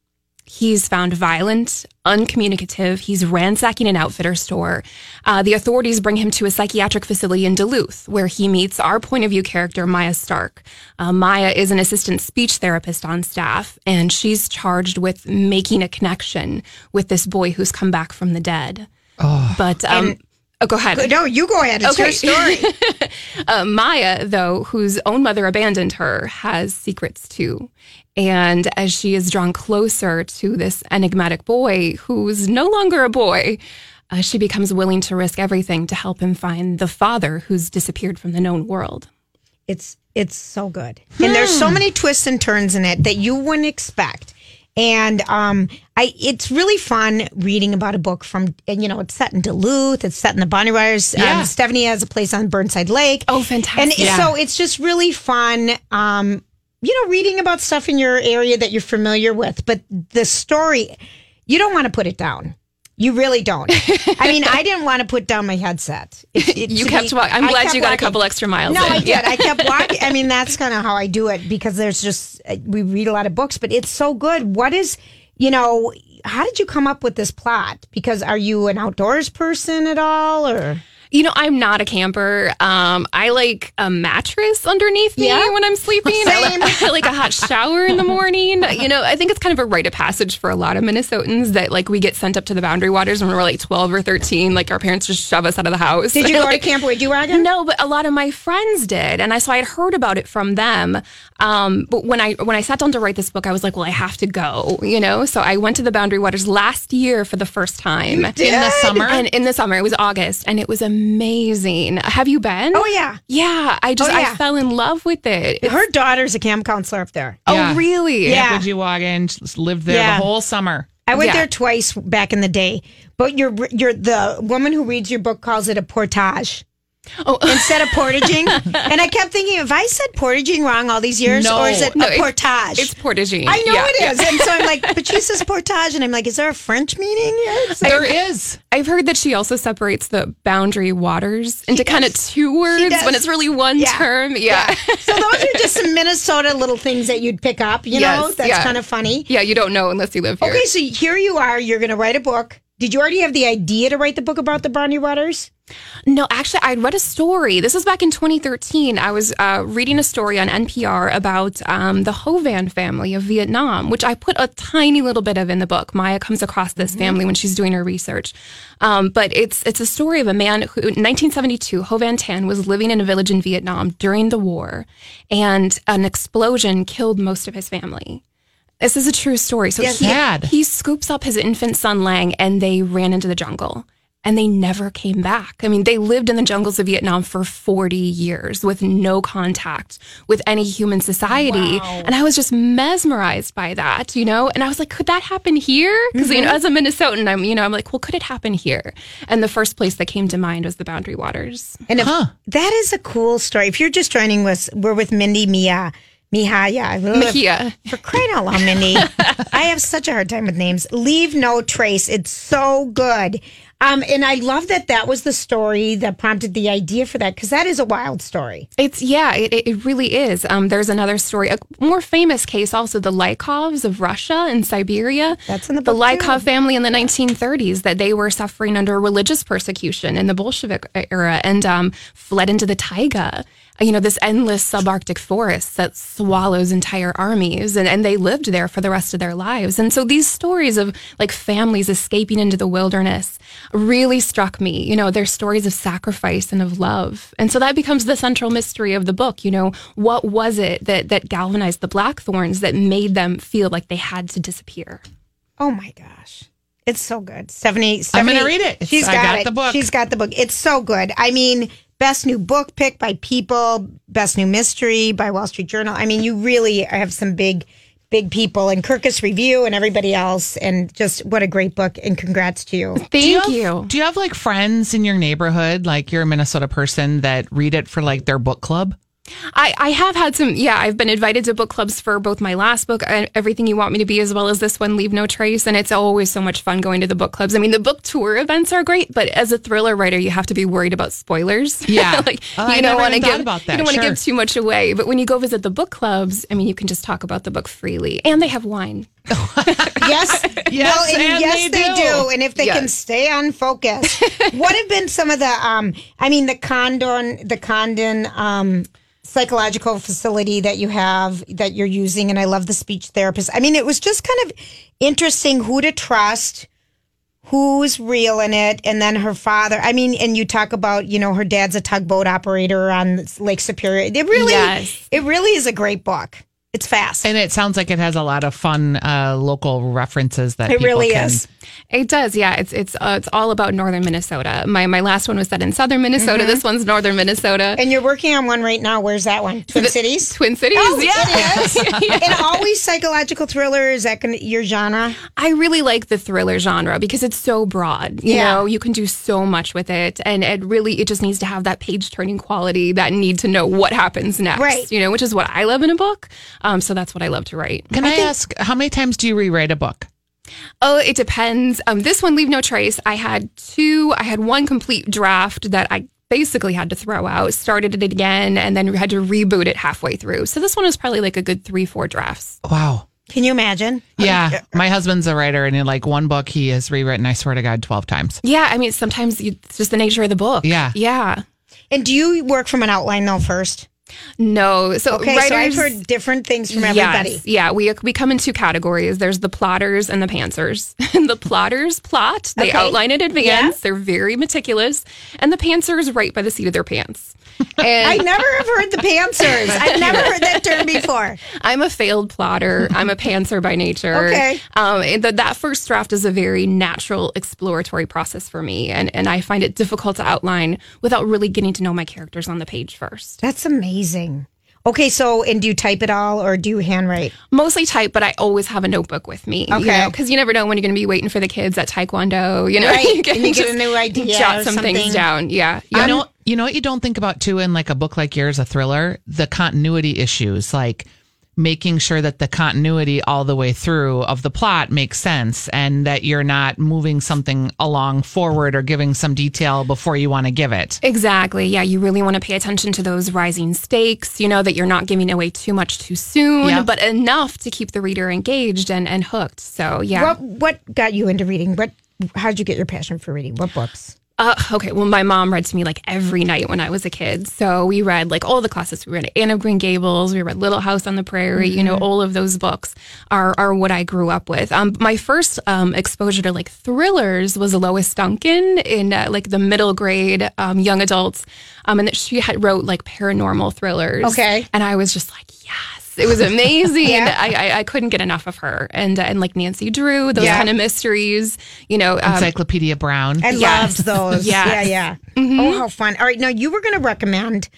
[SPEAKER 9] He's found violent, uncommunicative. He's ransacking an outfitter store. Uh, the authorities bring him to a psychiatric facility in Duluth, where he meets our point of view character, Maya Stark. Uh, Maya is an assistant speech therapist on staff, and she's charged with making a connection with this boy who's come back from the dead. But um, oh, go ahead.
[SPEAKER 4] No, you go ahead. It's your
[SPEAKER 9] Okay. [LAUGHS]
[SPEAKER 4] story.
[SPEAKER 9] Uh, Maya, though, whose own mother abandoned her, has secrets too. And as she is drawn closer to this enigmatic boy who's no longer a boy, uh, she becomes willing to risk everything to help him find the father who's disappeared from the known world.
[SPEAKER 4] It's it's so good. And there's
[SPEAKER 9] Hmm.
[SPEAKER 4] so many twists and turns in it that you wouldn't expect. And um I it's really fun reading about a book from and you know, it's set in Duluth, it's set in the Bonnie Riders.
[SPEAKER 9] Yeah.
[SPEAKER 4] Um, Stephanie has a place on Burnside Lake.
[SPEAKER 9] Oh, fantastic.
[SPEAKER 4] And it-
[SPEAKER 9] Yeah.
[SPEAKER 4] so it's just really fun um you know, reading about stuff in your area that you're familiar with, but the story you don't want to put it down. You really
[SPEAKER 9] [LAUGHS]
[SPEAKER 4] don't. I mean, I didn't want to put down my headset. It- it-
[SPEAKER 9] You
[SPEAKER 4] to
[SPEAKER 9] kept walking. I'm
[SPEAKER 4] I
[SPEAKER 9] glad
[SPEAKER 4] kept
[SPEAKER 9] you got
[SPEAKER 4] walking.
[SPEAKER 9] a couple extra miles.
[SPEAKER 4] No,
[SPEAKER 9] in.
[SPEAKER 4] I did.
[SPEAKER 9] Yeah.
[SPEAKER 4] I kept walking.
[SPEAKER 9] [LAUGHS]
[SPEAKER 4] I mean, that's kind of how I do it because there's just uh, we read a lot of books, but it's so good. What is you know? How did you come up with this plot? Because are you an outdoors person at all, or
[SPEAKER 9] You know, I'm not a camper. Um, I like a mattress underneath me
[SPEAKER 4] Yeah.
[SPEAKER 9] when I'm sleeping. I,
[SPEAKER 4] Same.
[SPEAKER 9] li- I like a hot shower in the morning. You know, I think it's kind of a rite of passage for a lot of Minnesotans that like we get sent up to the boundary waters when we're like 12 or 13. Like our parents just shove us out of the house. [LAUGHS]
[SPEAKER 4] did you go to
[SPEAKER 9] Like,
[SPEAKER 4] Camp Woody Wagon?
[SPEAKER 9] no, but a lot of my friends did, and I so I had heard about it from them. Um, but when I when I sat down to write this book, I was like, well, I have to go, you know. So I went to the Boundary Waters last year for the first time
[SPEAKER 5] in the summer.
[SPEAKER 9] and in the summer it was August, and it was amazing. amazing. Have you been?
[SPEAKER 4] Oh, yeah.
[SPEAKER 9] Yeah. I just
[SPEAKER 4] Oh, yeah.
[SPEAKER 9] I fell in love with it. It's-
[SPEAKER 4] Her daughter's a camp counselor up there.
[SPEAKER 9] Oh, really?
[SPEAKER 4] Yeah.
[SPEAKER 5] Would you walk in, just lived there
[SPEAKER 4] Yeah.
[SPEAKER 5] the whole summer.
[SPEAKER 4] I went
[SPEAKER 5] Yeah.
[SPEAKER 4] there twice back in the day. But you're you're the woman who reads your book calls it a portage.
[SPEAKER 9] Oh. [LAUGHS]
[SPEAKER 4] Instead of portaging, and I kept thinking, have I said portaging wrong all these years,
[SPEAKER 9] No.
[SPEAKER 4] or is it
[SPEAKER 9] No,
[SPEAKER 4] a
[SPEAKER 9] it's-
[SPEAKER 4] portage?
[SPEAKER 9] It's portaging.
[SPEAKER 4] I know
[SPEAKER 9] Yeah.
[SPEAKER 4] it is, and so I'm
[SPEAKER 9] [LAUGHS]
[SPEAKER 4] like, but she says portage, and I'm like, is there a French meaning here? It's like-
[SPEAKER 5] There is.
[SPEAKER 9] I've heard that she also separates the boundary waters into kind of two words
[SPEAKER 4] does.
[SPEAKER 9] when it's really one
[SPEAKER 4] Yeah.
[SPEAKER 9] term. Yeah. Yeah. [LAUGHS]
[SPEAKER 4] So those are just some Minnesota little things that you'd pick up, you know?
[SPEAKER 9] Yes,
[SPEAKER 4] That's
[SPEAKER 9] yeah.
[SPEAKER 4] kind of funny.
[SPEAKER 9] you don't know unless you live here.
[SPEAKER 4] Okay, so here you are. You're going to write a book. Did you already have the idea to write the book about the Boundary Waters?
[SPEAKER 9] No, actually, I read a story. This was back in 2013. I was uh, reading a story on NPR about um, the Hovan family of Vietnam, which I put a tiny little bit of in the book. Maya comes across this family when she's doing her research, um, but it's it's a story of a man who, in 1972, Ho Van Tan was living in a village in Vietnam during the war, and an explosion killed most of his family. This is a true story. So
[SPEAKER 5] Yes.
[SPEAKER 9] he,
[SPEAKER 5] Sad.
[SPEAKER 9] he scoops up his infant son Lang and they ran into the jungle and they never came back. I mean, they lived in the jungles of Vietnam for 40 years with no contact with any human society. And I was just mesmerized by that, you know? And I was like, could that happen here? Because, you know, as a Minnesotan, I'm, you know, I'm like, well, could it happen here? And the first place that came to mind was the Boundary Waters.
[SPEAKER 4] And if, that is a cool story. If you're just joining us, we're with Mindy Mia. Mihaya.
[SPEAKER 9] Mejia.
[SPEAKER 4] For crying out loud, Mindy. I have such a hard time with names. Leave no trace. It's so good. Um, and I love that that was the story that prompted the idea for that because that is a wild story.
[SPEAKER 9] It's yeah, it, it it really is. Um, there's another story, a more famous case also, the Lykovs of Russia and Siberia.
[SPEAKER 4] That's in the
[SPEAKER 9] the
[SPEAKER 4] book, too.
[SPEAKER 9] Lykov family in the 1930s that they were suffering under religious persecution in the Bolshevik era and um, fled into the taiga. You know, this endless subarctic forest that swallows entire armies, and, and they lived there for the rest of their lives. And so these stories of like families escaping into the wilderness really struck me. You know, they're stories of sacrifice and of love. And so that becomes the central mystery of the book. You know, what was it that, that galvanized the Blackthorns that made them feel like they had to disappear?
[SPEAKER 4] Oh my gosh. It's so good. 70,
[SPEAKER 5] I'm
[SPEAKER 4] 70
[SPEAKER 5] gonna read it. It's-
[SPEAKER 4] She's
[SPEAKER 5] I
[SPEAKER 4] got,
[SPEAKER 5] got
[SPEAKER 4] it.
[SPEAKER 5] the book.
[SPEAKER 4] She's got the book. It's so good. I mean, best new book pick by People, best new mystery by Wall Street Journal. I mean, you really have some big, big people and Kirkus Review and everybody else. And just what a great book. And congrats to you.
[SPEAKER 9] Thank
[SPEAKER 5] do you,
[SPEAKER 9] you.
[SPEAKER 5] have, do you have like friends in your neighborhood, like you're a Minnesota person that read it for like their book club?
[SPEAKER 9] I, I have had some, yeah, I've been invited to book clubs for both my last book, uh, Everything You Want Me to Be, as well as this one, Leave No Trace. And it's always so much fun going to the book clubs. I mean, the book tour events are great, but as a thriller writer, you have to be worried about spoilers. [LAUGHS]
[SPEAKER 5] Yeah.
[SPEAKER 9] like,
[SPEAKER 5] Oh, I
[SPEAKER 9] you
[SPEAKER 5] never
[SPEAKER 9] don't want to
[SPEAKER 5] even thought
[SPEAKER 9] give,
[SPEAKER 5] about that.
[SPEAKER 9] you don't want to
[SPEAKER 5] Sure.
[SPEAKER 9] give too much away. But when you go visit the book clubs, I mean, you can just talk about the book freely. And they have wine.
[SPEAKER 4] Yes.
[SPEAKER 5] [LAUGHS] Yes,
[SPEAKER 4] well, and
[SPEAKER 5] and
[SPEAKER 4] yes,
[SPEAKER 5] they
[SPEAKER 4] they, do.
[SPEAKER 5] do.
[SPEAKER 4] And if they
[SPEAKER 9] Yes.
[SPEAKER 4] can stay on
[SPEAKER 5] [LAUGHS]
[SPEAKER 4] focus, what have been some of the, um, I mean, the Condon, the Condon, um, psychological facility that you have that you're using. And I love the speech therapist. I mean, it was just kind of interesting who to trust, who's real in it. And then her father, I mean, and you talk about, you know, her dad's a tugboat operator on Lake Superior. It really,
[SPEAKER 9] Yes.
[SPEAKER 4] it really is a great book. It's fast.
[SPEAKER 5] And it sounds like it has a lot of fun uh, local references that
[SPEAKER 4] it
[SPEAKER 5] people
[SPEAKER 4] really
[SPEAKER 5] can-
[SPEAKER 4] is.
[SPEAKER 9] It does, yeah. It's it's uh, it's all about northern Minnesota. My my last one was set in southern
[SPEAKER 5] Mm-hmm.
[SPEAKER 9] Minnesota. This one's northern Minnesota.
[SPEAKER 4] And you're working on one right now. Where's that one? Twin Cities.
[SPEAKER 9] Twin Cities,
[SPEAKER 4] Oh,
[SPEAKER 9] [LAUGHS] yeah.
[SPEAKER 4] it is. And always psychological thriller is that gonna, your genre?
[SPEAKER 9] I really like the thriller genre because it's so broad. You
[SPEAKER 4] Yeah.
[SPEAKER 9] know, you can do so much with it. And it really, it just needs to have that page turning quality, that need to know what happens next,
[SPEAKER 4] Right.
[SPEAKER 9] you know, which is what I love in a book. Um, so that's what I love to write.
[SPEAKER 5] Can I, ask how many times do you rewrite a book?
[SPEAKER 9] Oh, it depends. Um, this one, Leave No Trace, I had two, I had one complete draft that I basically had to throw out, started it again, and then had to reboot it halfway through. So this one was probably like a good three, four drafts.
[SPEAKER 5] Wow.
[SPEAKER 4] Can you imagine?
[SPEAKER 5] Yeah, my husband's a writer, and in like one book he has rewritten. I swear to God, twelve times.
[SPEAKER 9] Yeah, I mean, sometimes you- it's just the nature of the book.
[SPEAKER 5] Yeah.
[SPEAKER 9] Yeah.
[SPEAKER 4] And do you work from an outline though first?
[SPEAKER 9] No. So
[SPEAKER 4] Okay,
[SPEAKER 9] writers,
[SPEAKER 4] so I've heard different things from
[SPEAKER 9] Yes,
[SPEAKER 4] everybody.
[SPEAKER 9] yeah, we we come in two categories. There's the plotters and the pantsers. [LAUGHS] And the plotters plot; they
[SPEAKER 4] Okay.
[SPEAKER 9] outline in advance.
[SPEAKER 4] Yeah.
[SPEAKER 9] They're very meticulous, and the pantsers write by the seat of their pants.
[SPEAKER 4] [LAUGHS] I
[SPEAKER 9] And
[SPEAKER 4] never have heard the pantsers. I've never heard that term before.
[SPEAKER 9] I'm a failed plotter. I'm a pantser by nature.
[SPEAKER 4] Okay.
[SPEAKER 9] Um, and th- that first draft is a very natural exploratory process for me. And, and I find it difficult to outline without really getting to know my characters on the page first.
[SPEAKER 4] That's amazing. Okay, so and do you type it all or do you handwrite?
[SPEAKER 9] Mostly type, but I always have a notebook with me.
[SPEAKER 4] Okay.
[SPEAKER 9] Because you never know when you're going to be waiting for the kids at Taekwondo. You know, [LAUGHS]
[SPEAKER 4] Right.
[SPEAKER 9] can
[SPEAKER 4] And you get
[SPEAKER 9] just
[SPEAKER 4] a new idea
[SPEAKER 9] Jot
[SPEAKER 4] or
[SPEAKER 9] some
[SPEAKER 4] something.
[SPEAKER 9] things down. Yeah.
[SPEAKER 5] You know, you know what you don't think about too in like a book like yours, a thriller, the continuity issues, like making sure that the continuity all the way through of the plot makes sense and that you're not moving something along forward or giving some detail before you want to give it.
[SPEAKER 9] Exactly. Yeah, you really want to pay attention to those rising stakes, you know, that you're not giving away too much too soon,
[SPEAKER 5] Yeah.
[SPEAKER 9] but enough to keep the reader engaged and, and hooked. So, yeah.
[SPEAKER 4] What what got you into reading? What how did you get your passion for reading? What books?
[SPEAKER 9] Uh, okay. Well, my mom read to me like every night when I was a kid. So we read like all the classics. We read Anne of Green Gables. We read Little House on the Prairie. You know, all of those books are are what I grew up with. Um, my first um, exposure to like thrillers was Lois Duncan in uh, like the middle grade um, young adults, um, and she had wrote like paranormal thrillers.
[SPEAKER 4] Okay.
[SPEAKER 9] And I was just like, yes, it was amazing. I, I I couldn't get enough of her. And uh, and like Nancy Drew, those
[SPEAKER 5] Yeah.
[SPEAKER 9] kind of mysteries. You know, um,
[SPEAKER 4] [LAUGHS]
[SPEAKER 5] Encyclopedia Brown.
[SPEAKER 4] I loved those. Yeah,
[SPEAKER 9] Yes.
[SPEAKER 4] yeah. Oh, how fun. All right, now you were going to recommend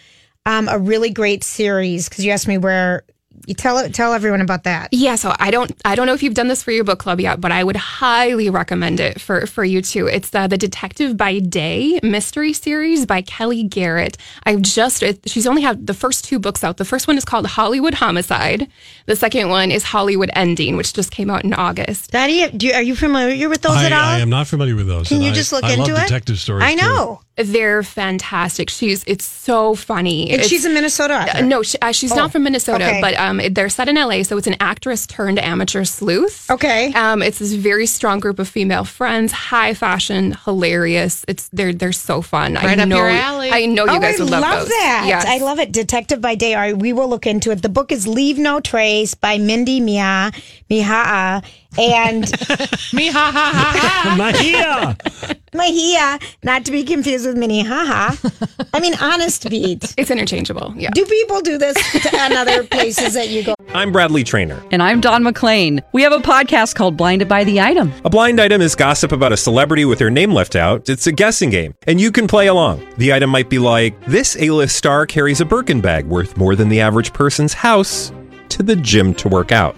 [SPEAKER 4] um, a really great series because you asked me where you tell tell everyone about that.
[SPEAKER 9] Yeah, so I don't I don't know if you've done this for your book club yet, but I would highly recommend it for for you too. It's uh, the Detective by Day mystery series by Kelly Garrett. I've just it, she's only had the first two books out. The first one is called Hollywood Homicide. The second one is Hollywood Ending, which just came out in August.
[SPEAKER 4] Daddy, do you, are you familiar with those
[SPEAKER 3] I,
[SPEAKER 4] at all?
[SPEAKER 3] I am not familiar with those.
[SPEAKER 4] Can
[SPEAKER 3] and
[SPEAKER 4] you
[SPEAKER 3] I-
[SPEAKER 4] just look
[SPEAKER 3] I
[SPEAKER 4] into
[SPEAKER 3] love
[SPEAKER 4] it?
[SPEAKER 3] Detective stories.
[SPEAKER 4] I
[SPEAKER 3] too. [LAUGHS]
[SPEAKER 4] know.
[SPEAKER 9] They're fantastic. She's it's so funny.
[SPEAKER 4] And
[SPEAKER 9] It's-
[SPEAKER 4] she's a Minnesota author.
[SPEAKER 9] Uh, no, she, uh, she's
[SPEAKER 4] Oh,
[SPEAKER 9] not from Minnesota,
[SPEAKER 4] okay.
[SPEAKER 9] but um, it- they're set in LA. So it's an actress turned amateur sleuth.
[SPEAKER 4] Okay.
[SPEAKER 9] Um, it's this very strong group of female friends, high fashion, hilarious. It's they're they're so fun.
[SPEAKER 5] Right
[SPEAKER 9] I
[SPEAKER 5] up
[SPEAKER 9] know,
[SPEAKER 5] your alley.
[SPEAKER 9] I know you
[SPEAKER 4] oh,
[SPEAKER 9] guys
[SPEAKER 4] I
[SPEAKER 9] would
[SPEAKER 4] love,
[SPEAKER 9] love, those.
[SPEAKER 4] that.
[SPEAKER 9] Yes.
[SPEAKER 4] I love it. Detective by Day. All right, we will look into it. The book is Leave No Trace by Mindy Mia Mihaa [LAUGHS] and
[SPEAKER 5] Me ha ha ha
[SPEAKER 4] [LAUGHS]
[SPEAKER 5] ha.
[SPEAKER 3] Mahia.
[SPEAKER 4] Mahia, not to be confused with Minnehaha. I mean, honest beat.
[SPEAKER 9] It's interchangeable. Yeah.
[SPEAKER 4] Do people do this to- on
[SPEAKER 9] [LAUGHS]
[SPEAKER 4] other places that you go?
[SPEAKER 10] I'm Bradley Trainer.
[SPEAKER 11] And I'm Don McClain. We have a podcast called Blinded by the Item.
[SPEAKER 10] A blind item is gossip about a celebrity with their name left out. It's a guessing game, and you can play along. The item might be like this: A-list star carries a Birkin bag worth more than the average person's house to the gym to work out.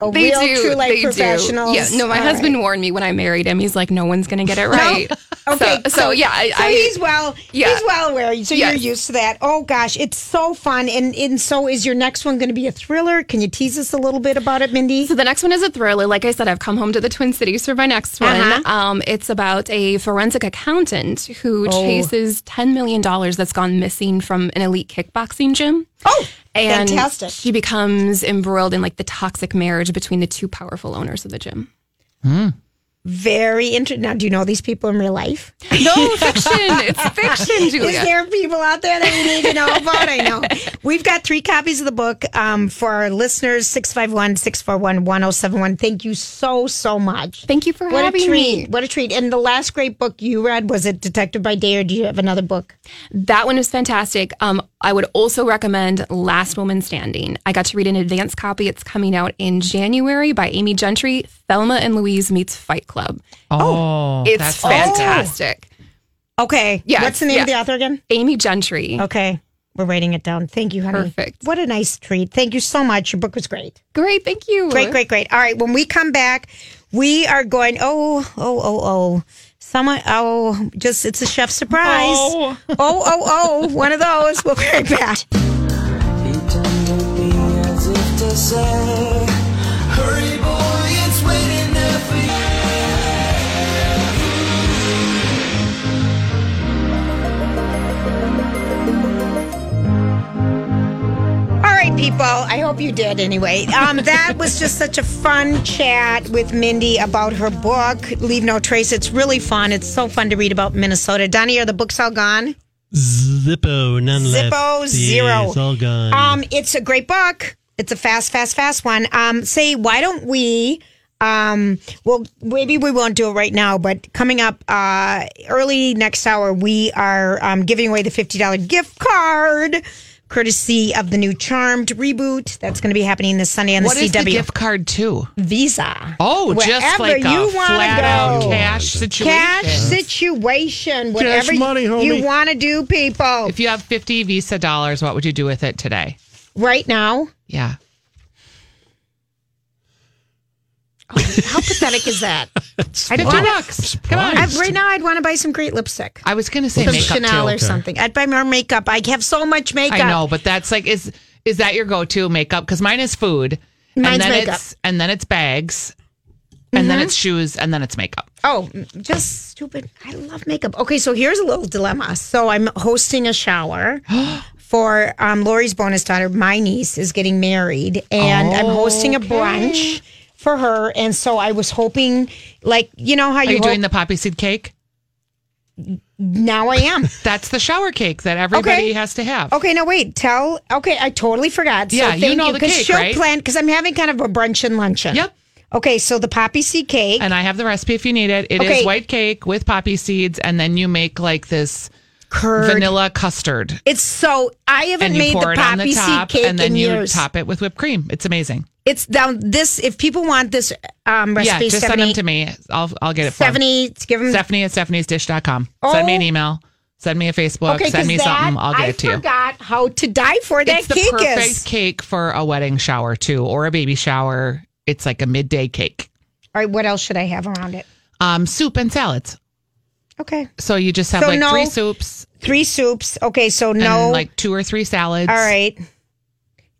[SPEAKER 4] A
[SPEAKER 9] They
[SPEAKER 4] real
[SPEAKER 9] do.
[SPEAKER 4] true life
[SPEAKER 9] they
[SPEAKER 4] professionals.
[SPEAKER 9] do. Yeah. No, my
[SPEAKER 4] All
[SPEAKER 9] husband
[SPEAKER 4] right.
[SPEAKER 9] warned me when I married him. He's like, no one's gonna get it right.
[SPEAKER 4] Okay,
[SPEAKER 9] So, so, yeah, I,
[SPEAKER 4] so
[SPEAKER 9] I,
[SPEAKER 4] he's well.
[SPEAKER 9] Yeah.
[SPEAKER 4] he's well aware. So
[SPEAKER 9] Yes.
[SPEAKER 4] you're used to that. Oh gosh, it's so fun, and and so is your next one going to be a thriller? Can you tease us a little bit about it, Mindy?
[SPEAKER 9] So the next one is a thriller. Like I said, I've come home to the Twin Cities for my next one.
[SPEAKER 4] Uh-huh.
[SPEAKER 9] Um, it's about a forensic accountant who
[SPEAKER 4] Oh.
[SPEAKER 9] chases ten million dollars that's gone missing from an elite kickboxing gym.
[SPEAKER 4] Oh,
[SPEAKER 9] And
[SPEAKER 4] fantastic.
[SPEAKER 9] she becomes embroiled in like the toxic marriage between the two powerful owners of the gym.
[SPEAKER 4] Very interesting. Now, do you know these people in real life?
[SPEAKER 9] No [LAUGHS] fiction. it's fiction, Julia.
[SPEAKER 4] Is there people out there that we need to know about? I know. We've got three copies of the book um, for our listeners 651 641 1071. Thank you so, so much.
[SPEAKER 9] Thank you for
[SPEAKER 4] What a
[SPEAKER 9] having
[SPEAKER 4] treat.
[SPEAKER 9] me.
[SPEAKER 4] What a treat. And the last great book you read was it Detective by Day, or do you have another book?
[SPEAKER 9] That one is fantastic. Um, I would also recommend Last Woman Standing. I got to read an advance copy. It's coming out in January by Amy Gentry. Thelma and Louise meets Fight Club.
[SPEAKER 5] Oh,
[SPEAKER 9] it's
[SPEAKER 5] that's
[SPEAKER 9] fantastic.
[SPEAKER 4] Okay.
[SPEAKER 9] Yes,
[SPEAKER 4] What's the name of the
[SPEAKER 9] yeah.
[SPEAKER 4] author again?
[SPEAKER 9] Amy Gentry.
[SPEAKER 4] Okay. We're writing it down. Thank you, honey.
[SPEAKER 9] Perfect.
[SPEAKER 4] What a nice treat. Thank you so much. Your book was great.
[SPEAKER 9] Great. Thank you.
[SPEAKER 4] Great, great, great. All right. When we come back, we are going. Oh, oh, oh, oh. Someone. Oh, just it's a chef surprise.
[SPEAKER 5] Oh.
[SPEAKER 4] [LAUGHS] oh, oh, oh. One of those. We'll be right back.
[SPEAKER 2] Hurry, boy, it's waiting there for
[SPEAKER 4] All right, people. I hope you did anyway. Um, that was just such a fun chat with Mindy about her book, Leave No Trace. It's really fun. It's so fun to read about Minnesota. Donnie, are the books all gone?
[SPEAKER 3] Zippo, none left.
[SPEAKER 4] Zippo
[SPEAKER 3] Yeah,
[SPEAKER 4] zero.
[SPEAKER 3] It's all gone.
[SPEAKER 4] Um, it's a great book. It's a fast, fast, fast one. Um, say, why don't we? Um, well, maybe we won't do it right now, but coming up uh, early next hour, we are um, giving away the fifty dollar gift card, courtesy of the new Charmed reboot that's going to be happening this Sunday on
[SPEAKER 5] What
[SPEAKER 4] the
[SPEAKER 5] is
[SPEAKER 4] CW.
[SPEAKER 5] the gift card to?
[SPEAKER 4] Visa.
[SPEAKER 5] Oh, just
[SPEAKER 4] Wherever
[SPEAKER 5] like a
[SPEAKER 4] you wanna
[SPEAKER 5] flat out
[SPEAKER 4] go.
[SPEAKER 5] cash situation.
[SPEAKER 4] Cash situation, whatever
[SPEAKER 5] money, homie.
[SPEAKER 4] you want to do, people.
[SPEAKER 5] If you have 50 Visa dollars, what would you do with it today?
[SPEAKER 4] Right now,
[SPEAKER 5] Yeah.
[SPEAKER 4] how pathetic is
[SPEAKER 5] [LAUGHS]
[SPEAKER 4] that? I'd
[SPEAKER 5] Fifty
[SPEAKER 4] wanna-
[SPEAKER 5] bucks. Come on.
[SPEAKER 4] I- right now, I'd want to buy some great lipstick.
[SPEAKER 5] I was going to say
[SPEAKER 4] Some
[SPEAKER 5] makeup
[SPEAKER 4] Chanel
[SPEAKER 5] too.
[SPEAKER 4] or something. I'd buy more makeup. I have so much makeup.
[SPEAKER 5] I know, but that's like is is that your go to makeup? Because mine is food.
[SPEAKER 4] Mine's
[SPEAKER 5] and then
[SPEAKER 4] makeup. Mm-hmm.
[SPEAKER 5] it's and then it's bags. And then it's shoes and then it's makeup.
[SPEAKER 4] Oh, just stupid. I love makeup. Okay, so here's a little dilemma. So I'm hosting a
[SPEAKER 5] [GASPS]
[SPEAKER 4] shower for um, Lori's bonus daughter. My niece is getting married, and I'm
[SPEAKER 5] Oh,
[SPEAKER 4] hosting a brunch for her. And so I was hoping, like, you know how
[SPEAKER 5] Are
[SPEAKER 4] you,
[SPEAKER 5] you
[SPEAKER 4] hope-
[SPEAKER 5] doing the poppy seed cake?
[SPEAKER 4] Now I
[SPEAKER 5] [LAUGHS]
[SPEAKER 4] am.
[SPEAKER 5] That's the shower cake that everybody has to have.
[SPEAKER 4] Okay, no, wait. Tell. Okay, I totally forgot. So
[SPEAKER 5] Yeah, you
[SPEAKER 4] thank you
[SPEAKER 5] know the
[SPEAKER 4] because
[SPEAKER 5] cake,
[SPEAKER 4] she'll
[SPEAKER 5] right?
[SPEAKER 4] plan because I'm having kind of a brunch and luncheon. Yep. Okay, so the poppy seed cake.
[SPEAKER 5] And I have the recipe if you need it. It is
[SPEAKER 4] Okay.
[SPEAKER 5] white cake with poppy seeds, and then you make like this
[SPEAKER 4] Curd.
[SPEAKER 5] vanilla custard.
[SPEAKER 4] It's so I haven't
[SPEAKER 5] and you
[SPEAKER 4] made
[SPEAKER 5] pour
[SPEAKER 4] the
[SPEAKER 5] it on
[SPEAKER 4] poppy
[SPEAKER 5] the
[SPEAKER 4] seed
[SPEAKER 5] top,
[SPEAKER 4] cake
[SPEAKER 5] and then
[SPEAKER 4] in
[SPEAKER 5] you
[SPEAKER 4] years.
[SPEAKER 5] top it with whipped cream. It's amazing.
[SPEAKER 4] It's down this. If people want this um,
[SPEAKER 5] yeah,
[SPEAKER 4] recipe,
[SPEAKER 5] just send them
[SPEAKER 4] Stephanie,
[SPEAKER 5] to me. I'll I'll get it for 'em.
[SPEAKER 4] Stephanie, give them.
[SPEAKER 5] Stephanie at stephaniesdish.com. send me an email. Send me a Facebook.
[SPEAKER 4] Oh. okay,
[SPEAKER 5] send
[SPEAKER 4] 'cause
[SPEAKER 5] me
[SPEAKER 4] that,
[SPEAKER 5] something. I'll get
[SPEAKER 4] I
[SPEAKER 5] it to you.
[SPEAKER 4] forgot how to die for that
[SPEAKER 5] it's the
[SPEAKER 4] cake
[SPEAKER 5] perfect
[SPEAKER 4] is.
[SPEAKER 5] cake for a wedding shower too, or a baby shower. It's like a midday cake.
[SPEAKER 4] All right, what else should I have around it?
[SPEAKER 5] Um, soup and salads.
[SPEAKER 4] Okay,
[SPEAKER 5] So you just have
[SPEAKER 4] So
[SPEAKER 5] like
[SPEAKER 4] no
[SPEAKER 5] three soups,
[SPEAKER 4] three soups. Okay, so
[SPEAKER 5] and
[SPEAKER 4] no,
[SPEAKER 5] like two or three salads.
[SPEAKER 4] all right.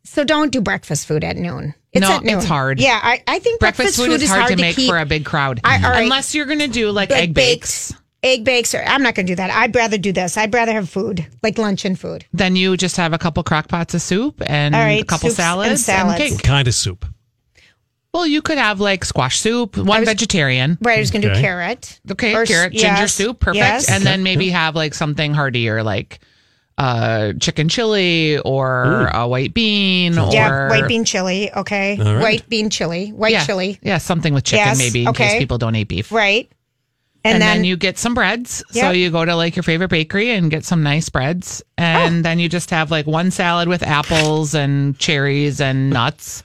[SPEAKER 4] So don't do breakfast food at noon. It's
[SPEAKER 5] No,
[SPEAKER 4] at noon.
[SPEAKER 5] it's hard.
[SPEAKER 4] Yeah, I, I think breakfast, food, is hard
[SPEAKER 5] to make
[SPEAKER 4] keep.
[SPEAKER 5] for a big crowd,
[SPEAKER 4] I- all right.
[SPEAKER 5] unless you're going to do like,
[SPEAKER 4] Like
[SPEAKER 5] egg bakes.
[SPEAKER 4] Egg bakes, or I'm not going to do that. I'd rather do this. I'd rather have food, like luncheon food.
[SPEAKER 5] Then you just have a couple crock pots of soup and
[SPEAKER 4] All right,
[SPEAKER 5] a couple
[SPEAKER 4] soups and
[SPEAKER 5] salads and,
[SPEAKER 4] salads.
[SPEAKER 3] What
[SPEAKER 5] cake.
[SPEAKER 3] kind of soup?
[SPEAKER 5] Well, you could have like squash soup, one vegetarian.
[SPEAKER 4] Right, I was going to
[SPEAKER 5] Okay.
[SPEAKER 4] do carrot.
[SPEAKER 5] Okay,
[SPEAKER 4] Or s-
[SPEAKER 5] carrot ginger
[SPEAKER 4] yes,
[SPEAKER 5] soup, perfect.
[SPEAKER 4] yes.
[SPEAKER 5] And then maybe have like something heartier, like uh, chicken chili or a white bean or
[SPEAKER 4] yeah, white bean chili. Okay,
[SPEAKER 5] All right.
[SPEAKER 4] white bean chili, white
[SPEAKER 5] yeah,
[SPEAKER 4] chili.
[SPEAKER 5] Yeah, something with chicken
[SPEAKER 4] Yes,
[SPEAKER 5] maybe in
[SPEAKER 4] okay.
[SPEAKER 5] case people don't eat beef.
[SPEAKER 4] Right.
[SPEAKER 5] And,
[SPEAKER 4] And,
[SPEAKER 5] then,
[SPEAKER 4] then,
[SPEAKER 5] you get some breads. So
[SPEAKER 4] Yep.
[SPEAKER 5] you go to like your favorite bakery and get some nice breads. And
[SPEAKER 4] Oh.
[SPEAKER 5] then you just have like one salad with apples and cherries and nuts.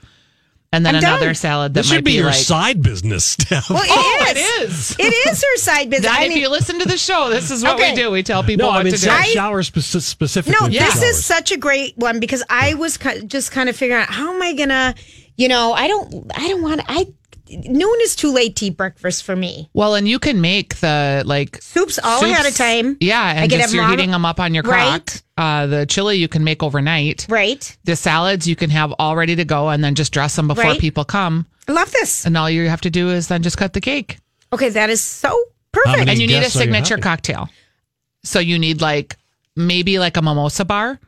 [SPEAKER 5] And then
[SPEAKER 4] I'm done.
[SPEAKER 5] another salad that
[SPEAKER 3] This
[SPEAKER 5] might
[SPEAKER 3] should be, your
[SPEAKER 5] like
[SPEAKER 3] side business, Steph. [LAUGHS]
[SPEAKER 4] Well, it
[SPEAKER 5] Oh,
[SPEAKER 4] is.
[SPEAKER 5] it is.
[SPEAKER 4] It is her side business.
[SPEAKER 5] [LAUGHS] That
[SPEAKER 4] I
[SPEAKER 5] if
[SPEAKER 4] mean-
[SPEAKER 5] you listen to the show, this is what
[SPEAKER 4] Okay.
[SPEAKER 5] we do. We tell people
[SPEAKER 3] no,
[SPEAKER 5] what
[SPEAKER 3] I mean
[SPEAKER 5] to do.
[SPEAKER 3] shower, shower speci- specifically.
[SPEAKER 4] No,
[SPEAKER 3] for
[SPEAKER 4] this
[SPEAKER 3] showers.
[SPEAKER 4] is
[SPEAKER 3] [LAUGHS]
[SPEAKER 4] such a great one because I was ki- just kind of figuring out how am I gonna, you know, I don't, I don't want, I noon is too late to eat breakfast for me.
[SPEAKER 5] Well, and you can make the like
[SPEAKER 4] Soups all ahead of time.
[SPEAKER 5] Yeah,
[SPEAKER 4] I
[SPEAKER 5] and
[SPEAKER 4] can
[SPEAKER 5] just
[SPEAKER 4] have
[SPEAKER 5] you're
[SPEAKER 4] mom-
[SPEAKER 5] heating them up on your crock.
[SPEAKER 4] Right.
[SPEAKER 5] Uh, the chili you can make overnight.
[SPEAKER 4] Right.
[SPEAKER 5] The salads you can have all ready to go, and then just dress them before
[SPEAKER 4] Right.
[SPEAKER 5] people come.
[SPEAKER 4] I love this.
[SPEAKER 5] And all you have to do is then just cut the cake.
[SPEAKER 4] Okay, that is so perfect.
[SPEAKER 5] And you need a signature cocktail. So you need like maybe like a mimosa bar.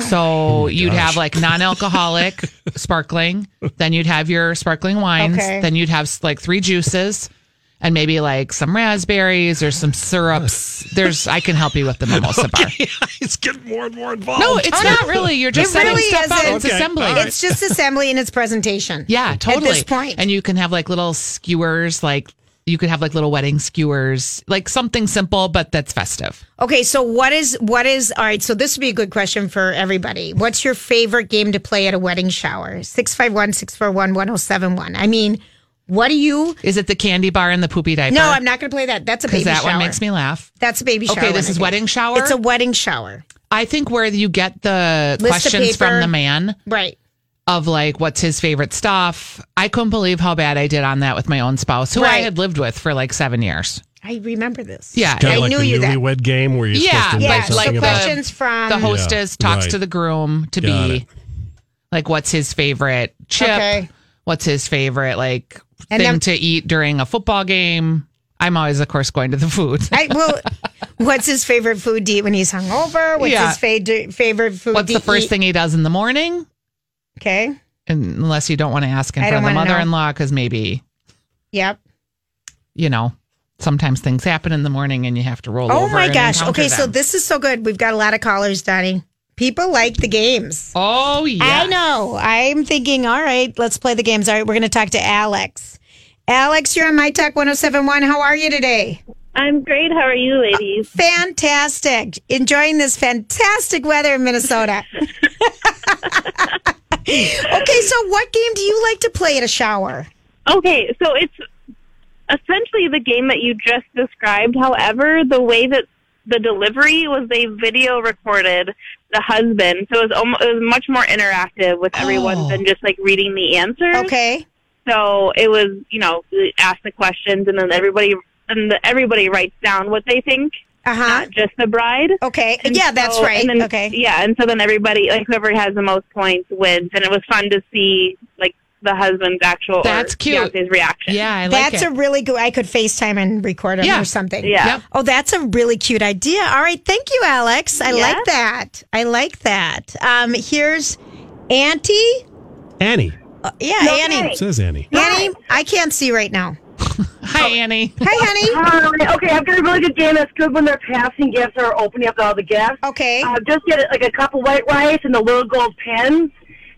[SPEAKER 5] So you'd
[SPEAKER 3] gosh.
[SPEAKER 5] have like non-alcoholic sparkling, then you'd have your sparkling wines,
[SPEAKER 4] Okay.
[SPEAKER 5] then you'd have like three juices and maybe like some raspberries or some syrups. There's I can help you with the mimosa bar.
[SPEAKER 3] it's getting more and more involved.
[SPEAKER 5] No, it's not really. You're just
[SPEAKER 4] it
[SPEAKER 5] setting
[SPEAKER 4] really
[SPEAKER 5] stuff out.
[SPEAKER 4] isn't.
[SPEAKER 5] It's assembly.
[SPEAKER 4] It's just assembly and it's presentation.
[SPEAKER 5] Yeah, totally.
[SPEAKER 4] At this point,
[SPEAKER 5] And you can have like little skewers, like you could have like little wedding skewers, like something simple but that's festive.
[SPEAKER 4] Okay, so what is what is all right? So this would be a good question for everybody. What's your favorite game to play at a wedding shower? 651-641-1071. I mean, what do you?
[SPEAKER 5] Is it the candy bar and the poopy diaper?
[SPEAKER 4] No, I'm not going to play that. That's a baby
[SPEAKER 5] because that
[SPEAKER 4] shower.
[SPEAKER 5] one makes me laugh.
[SPEAKER 4] That's a baby shower.
[SPEAKER 5] Okay, this
[SPEAKER 4] one,
[SPEAKER 5] is
[SPEAKER 4] I
[SPEAKER 5] wedding
[SPEAKER 4] think.
[SPEAKER 5] shower.
[SPEAKER 4] It's a wedding shower,
[SPEAKER 5] I think where you get the
[SPEAKER 4] List of
[SPEAKER 5] questions
[SPEAKER 4] paper.
[SPEAKER 5] from the man
[SPEAKER 4] right?
[SPEAKER 5] of like what's his favorite stuff. I couldn't believe how bad I did on that with my own spouse, who I
[SPEAKER 4] Right.
[SPEAKER 5] had lived with for like seven years.
[SPEAKER 4] I remember this.
[SPEAKER 5] Yeah,
[SPEAKER 3] Kind
[SPEAKER 4] I
[SPEAKER 3] of like
[SPEAKER 4] knew
[SPEAKER 3] the
[SPEAKER 4] you that.
[SPEAKER 3] newlywed game where you're
[SPEAKER 5] Yeah,
[SPEAKER 3] supposed to
[SPEAKER 5] yeah,
[SPEAKER 3] invent
[SPEAKER 5] so
[SPEAKER 3] something
[SPEAKER 5] the
[SPEAKER 3] about
[SPEAKER 4] Questions from
[SPEAKER 5] the hostess
[SPEAKER 3] Yeah,
[SPEAKER 5] talks
[SPEAKER 3] right.
[SPEAKER 5] to the groom to
[SPEAKER 3] Got
[SPEAKER 5] be
[SPEAKER 3] it.
[SPEAKER 5] like what's his favorite chip
[SPEAKER 4] Okay.
[SPEAKER 5] what's his favorite like
[SPEAKER 4] And
[SPEAKER 5] thing
[SPEAKER 4] then-
[SPEAKER 5] to eat during a football game i'm always of course going to the food
[SPEAKER 4] [LAUGHS] I,
[SPEAKER 5] [LAUGHS]
[SPEAKER 4] well, what's his favorite food to eat when he's hungover? What's
[SPEAKER 5] Yeah.
[SPEAKER 4] his fa- favorite food?
[SPEAKER 5] what's
[SPEAKER 4] to
[SPEAKER 5] the first
[SPEAKER 4] eat?
[SPEAKER 5] thing he does in the morning
[SPEAKER 4] Okay.
[SPEAKER 5] and unless you don't want to ask in
[SPEAKER 4] I
[SPEAKER 5] front of
[SPEAKER 4] don't
[SPEAKER 5] the
[SPEAKER 4] wanna know.
[SPEAKER 5] mother-in-law because maybe
[SPEAKER 4] Yep.
[SPEAKER 5] you know sometimes things happen in the morning and you have to roll
[SPEAKER 4] Oh
[SPEAKER 5] over.
[SPEAKER 4] my
[SPEAKER 5] and
[SPEAKER 4] gosh.
[SPEAKER 5] encounter
[SPEAKER 4] Okay, so
[SPEAKER 5] them.
[SPEAKER 4] this is so good. We've got a lot of callers, Donnie. People like the games.
[SPEAKER 5] Oh, yeah.
[SPEAKER 4] I know. I'm thinking, all right, let's play the games. All right, we're going to talk to Alex. Alex, you're on My Talk 1071. How are you today?
[SPEAKER 12] I'm great. How are you, ladies?
[SPEAKER 4] fantastic. Enjoying this fantastic weather in Minnesota. [LAUGHS] okay, so what game do you like to play at a shower?
[SPEAKER 12] Okay, so it's essentially the game that you just described. However, the way that the delivery was they video recorded the husband, so it was almost, it was much more interactive with everyone
[SPEAKER 5] Oh,
[SPEAKER 12] than just like reading the answers.
[SPEAKER 4] Okay.
[SPEAKER 12] So it was you know ask the questions and then everybody and the, everybody writes down what they think.
[SPEAKER 4] Uh-huh.
[SPEAKER 12] Not just the bride.
[SPEAKER 4] Okay. Yeah, that's right.
[SPEAKER 12] And then,
[SPEAKER 4] Okay.
[SPEAKER 12] Yeah, and so then everybody, like whoever has the most points, wins. And it was fun to see like the husband's actual
[SPEAKER 5] That's
[SPEAKER 12] or
[SPEAKER 5] cute.
[SPEAKER 12] fiance's reaction.
[SPEAKER 5] Yeah, I
[SPEAKER 4] that's a really good. I could FaceTime and record them
[SPEAKER 12] Yeah.
[SPEAKER 4] or something.
[SPEAKER 12] Yeah. Yep.
[SPEAKER 4] Oh, that's a really cute idea. All right, thank you, Alex. I like that. I like that. Um, here's Auntie.
[SPEAKER 3] Annie.
[SPEAKER 4] Uh, yeah, Annie.
[SPEAKER 3] It says Annie.
[SPEAKER 4] Annie, I can't see right now. Oh.
[SPEAKER 5] Hi, Annie.
[SPEAKER 4] Hi, honey.
[SPEAKER 13] Hi. Um, Okay, I've got a really good game that's good when they're passing gifts or opening up all the gifts.
[SPEAKER 4] Okay.
[SPEAKER 13] Uh, just get like a cup of white rice and the little gold pins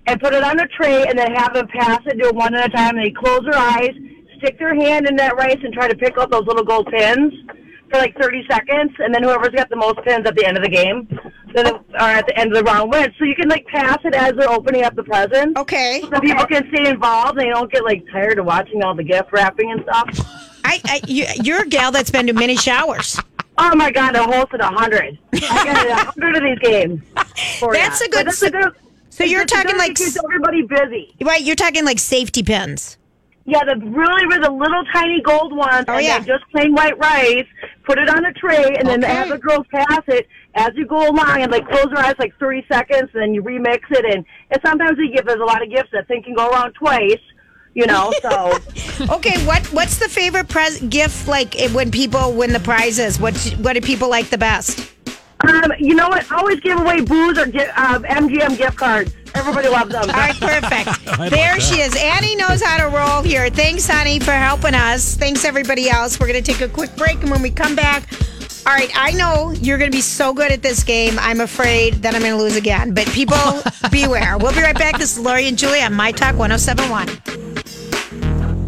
[SPEAKER 13] and put it on a tray and then have them pass it, do it one at a time, and they close their eyes, stick their hand in that rice and try to pick up those little gold pins for like 30 seconds, and then whoever's got the most pins at the end of the game, then or at the end of the round wins. So you can like pass it as they're opening up the presents.
[SPEAKER 4] Okay.
[SPEAKER 13] So people can stay involved and they don't get like tired of watching all the gift wrapping and stuff.
[SPEAKER 4] I, I you, you're a gal that's been to many showers.
[SPEAKER 13] Oh my god, I hosted a hundred. I got a hundred of these games. for
[SPEAKER 4] That's
[SPEAKER 13] ya.
[SPEAKER 4] a good
[SPEAKER 13] But that's a good.
[SPEAKER 4] So you're
[SPEAKER 13] it's a good
[SPEAKER 4] talking
[SPEAKER 13] to
[SPEAKER 4] like
[SPEAKER 13] keep everybody busy.
[SPEAKER 4] Right, you're talking like safety pins.
[SPEAKER 13] Yeah, the really, really the little tiny gold ones.
[SPEAKER 4] Oh,
[SPEAKER 13] and
[SPEAKER 4] yeah.
[SPEAKER 13] then just plain white rice. Put it on a tray, and then have the girls pass it as you go along, and like close your eyes like thirty seconds, and then you remix it. And, and sometimes you give there's a lot of gifts that thing can go around twice. You know,
[SPEAKER 4] [LAUGHS]
[SPEAKER 13] so
[SPEAKER 4] Okay, what what's the favorite pres- gift like eh, when people win the prizes? What what do people like the best?
[SPEAKER 13] um, you know what? Always give away booze or gi- um, MGM gift cards. Everybody loves them.
[SPEAKER 4] All right, perfect. there she is. Annie knows how to roll here. Thanks, honey, for helping us. Thanks, everybody else. We're going to take a quick break, and when we come back, all right, I know you're going to be so good at this game. I'm afraid that I'm going to lose again, but people beware. We'll be right back. This is Lori and Julie on My Talk 1071.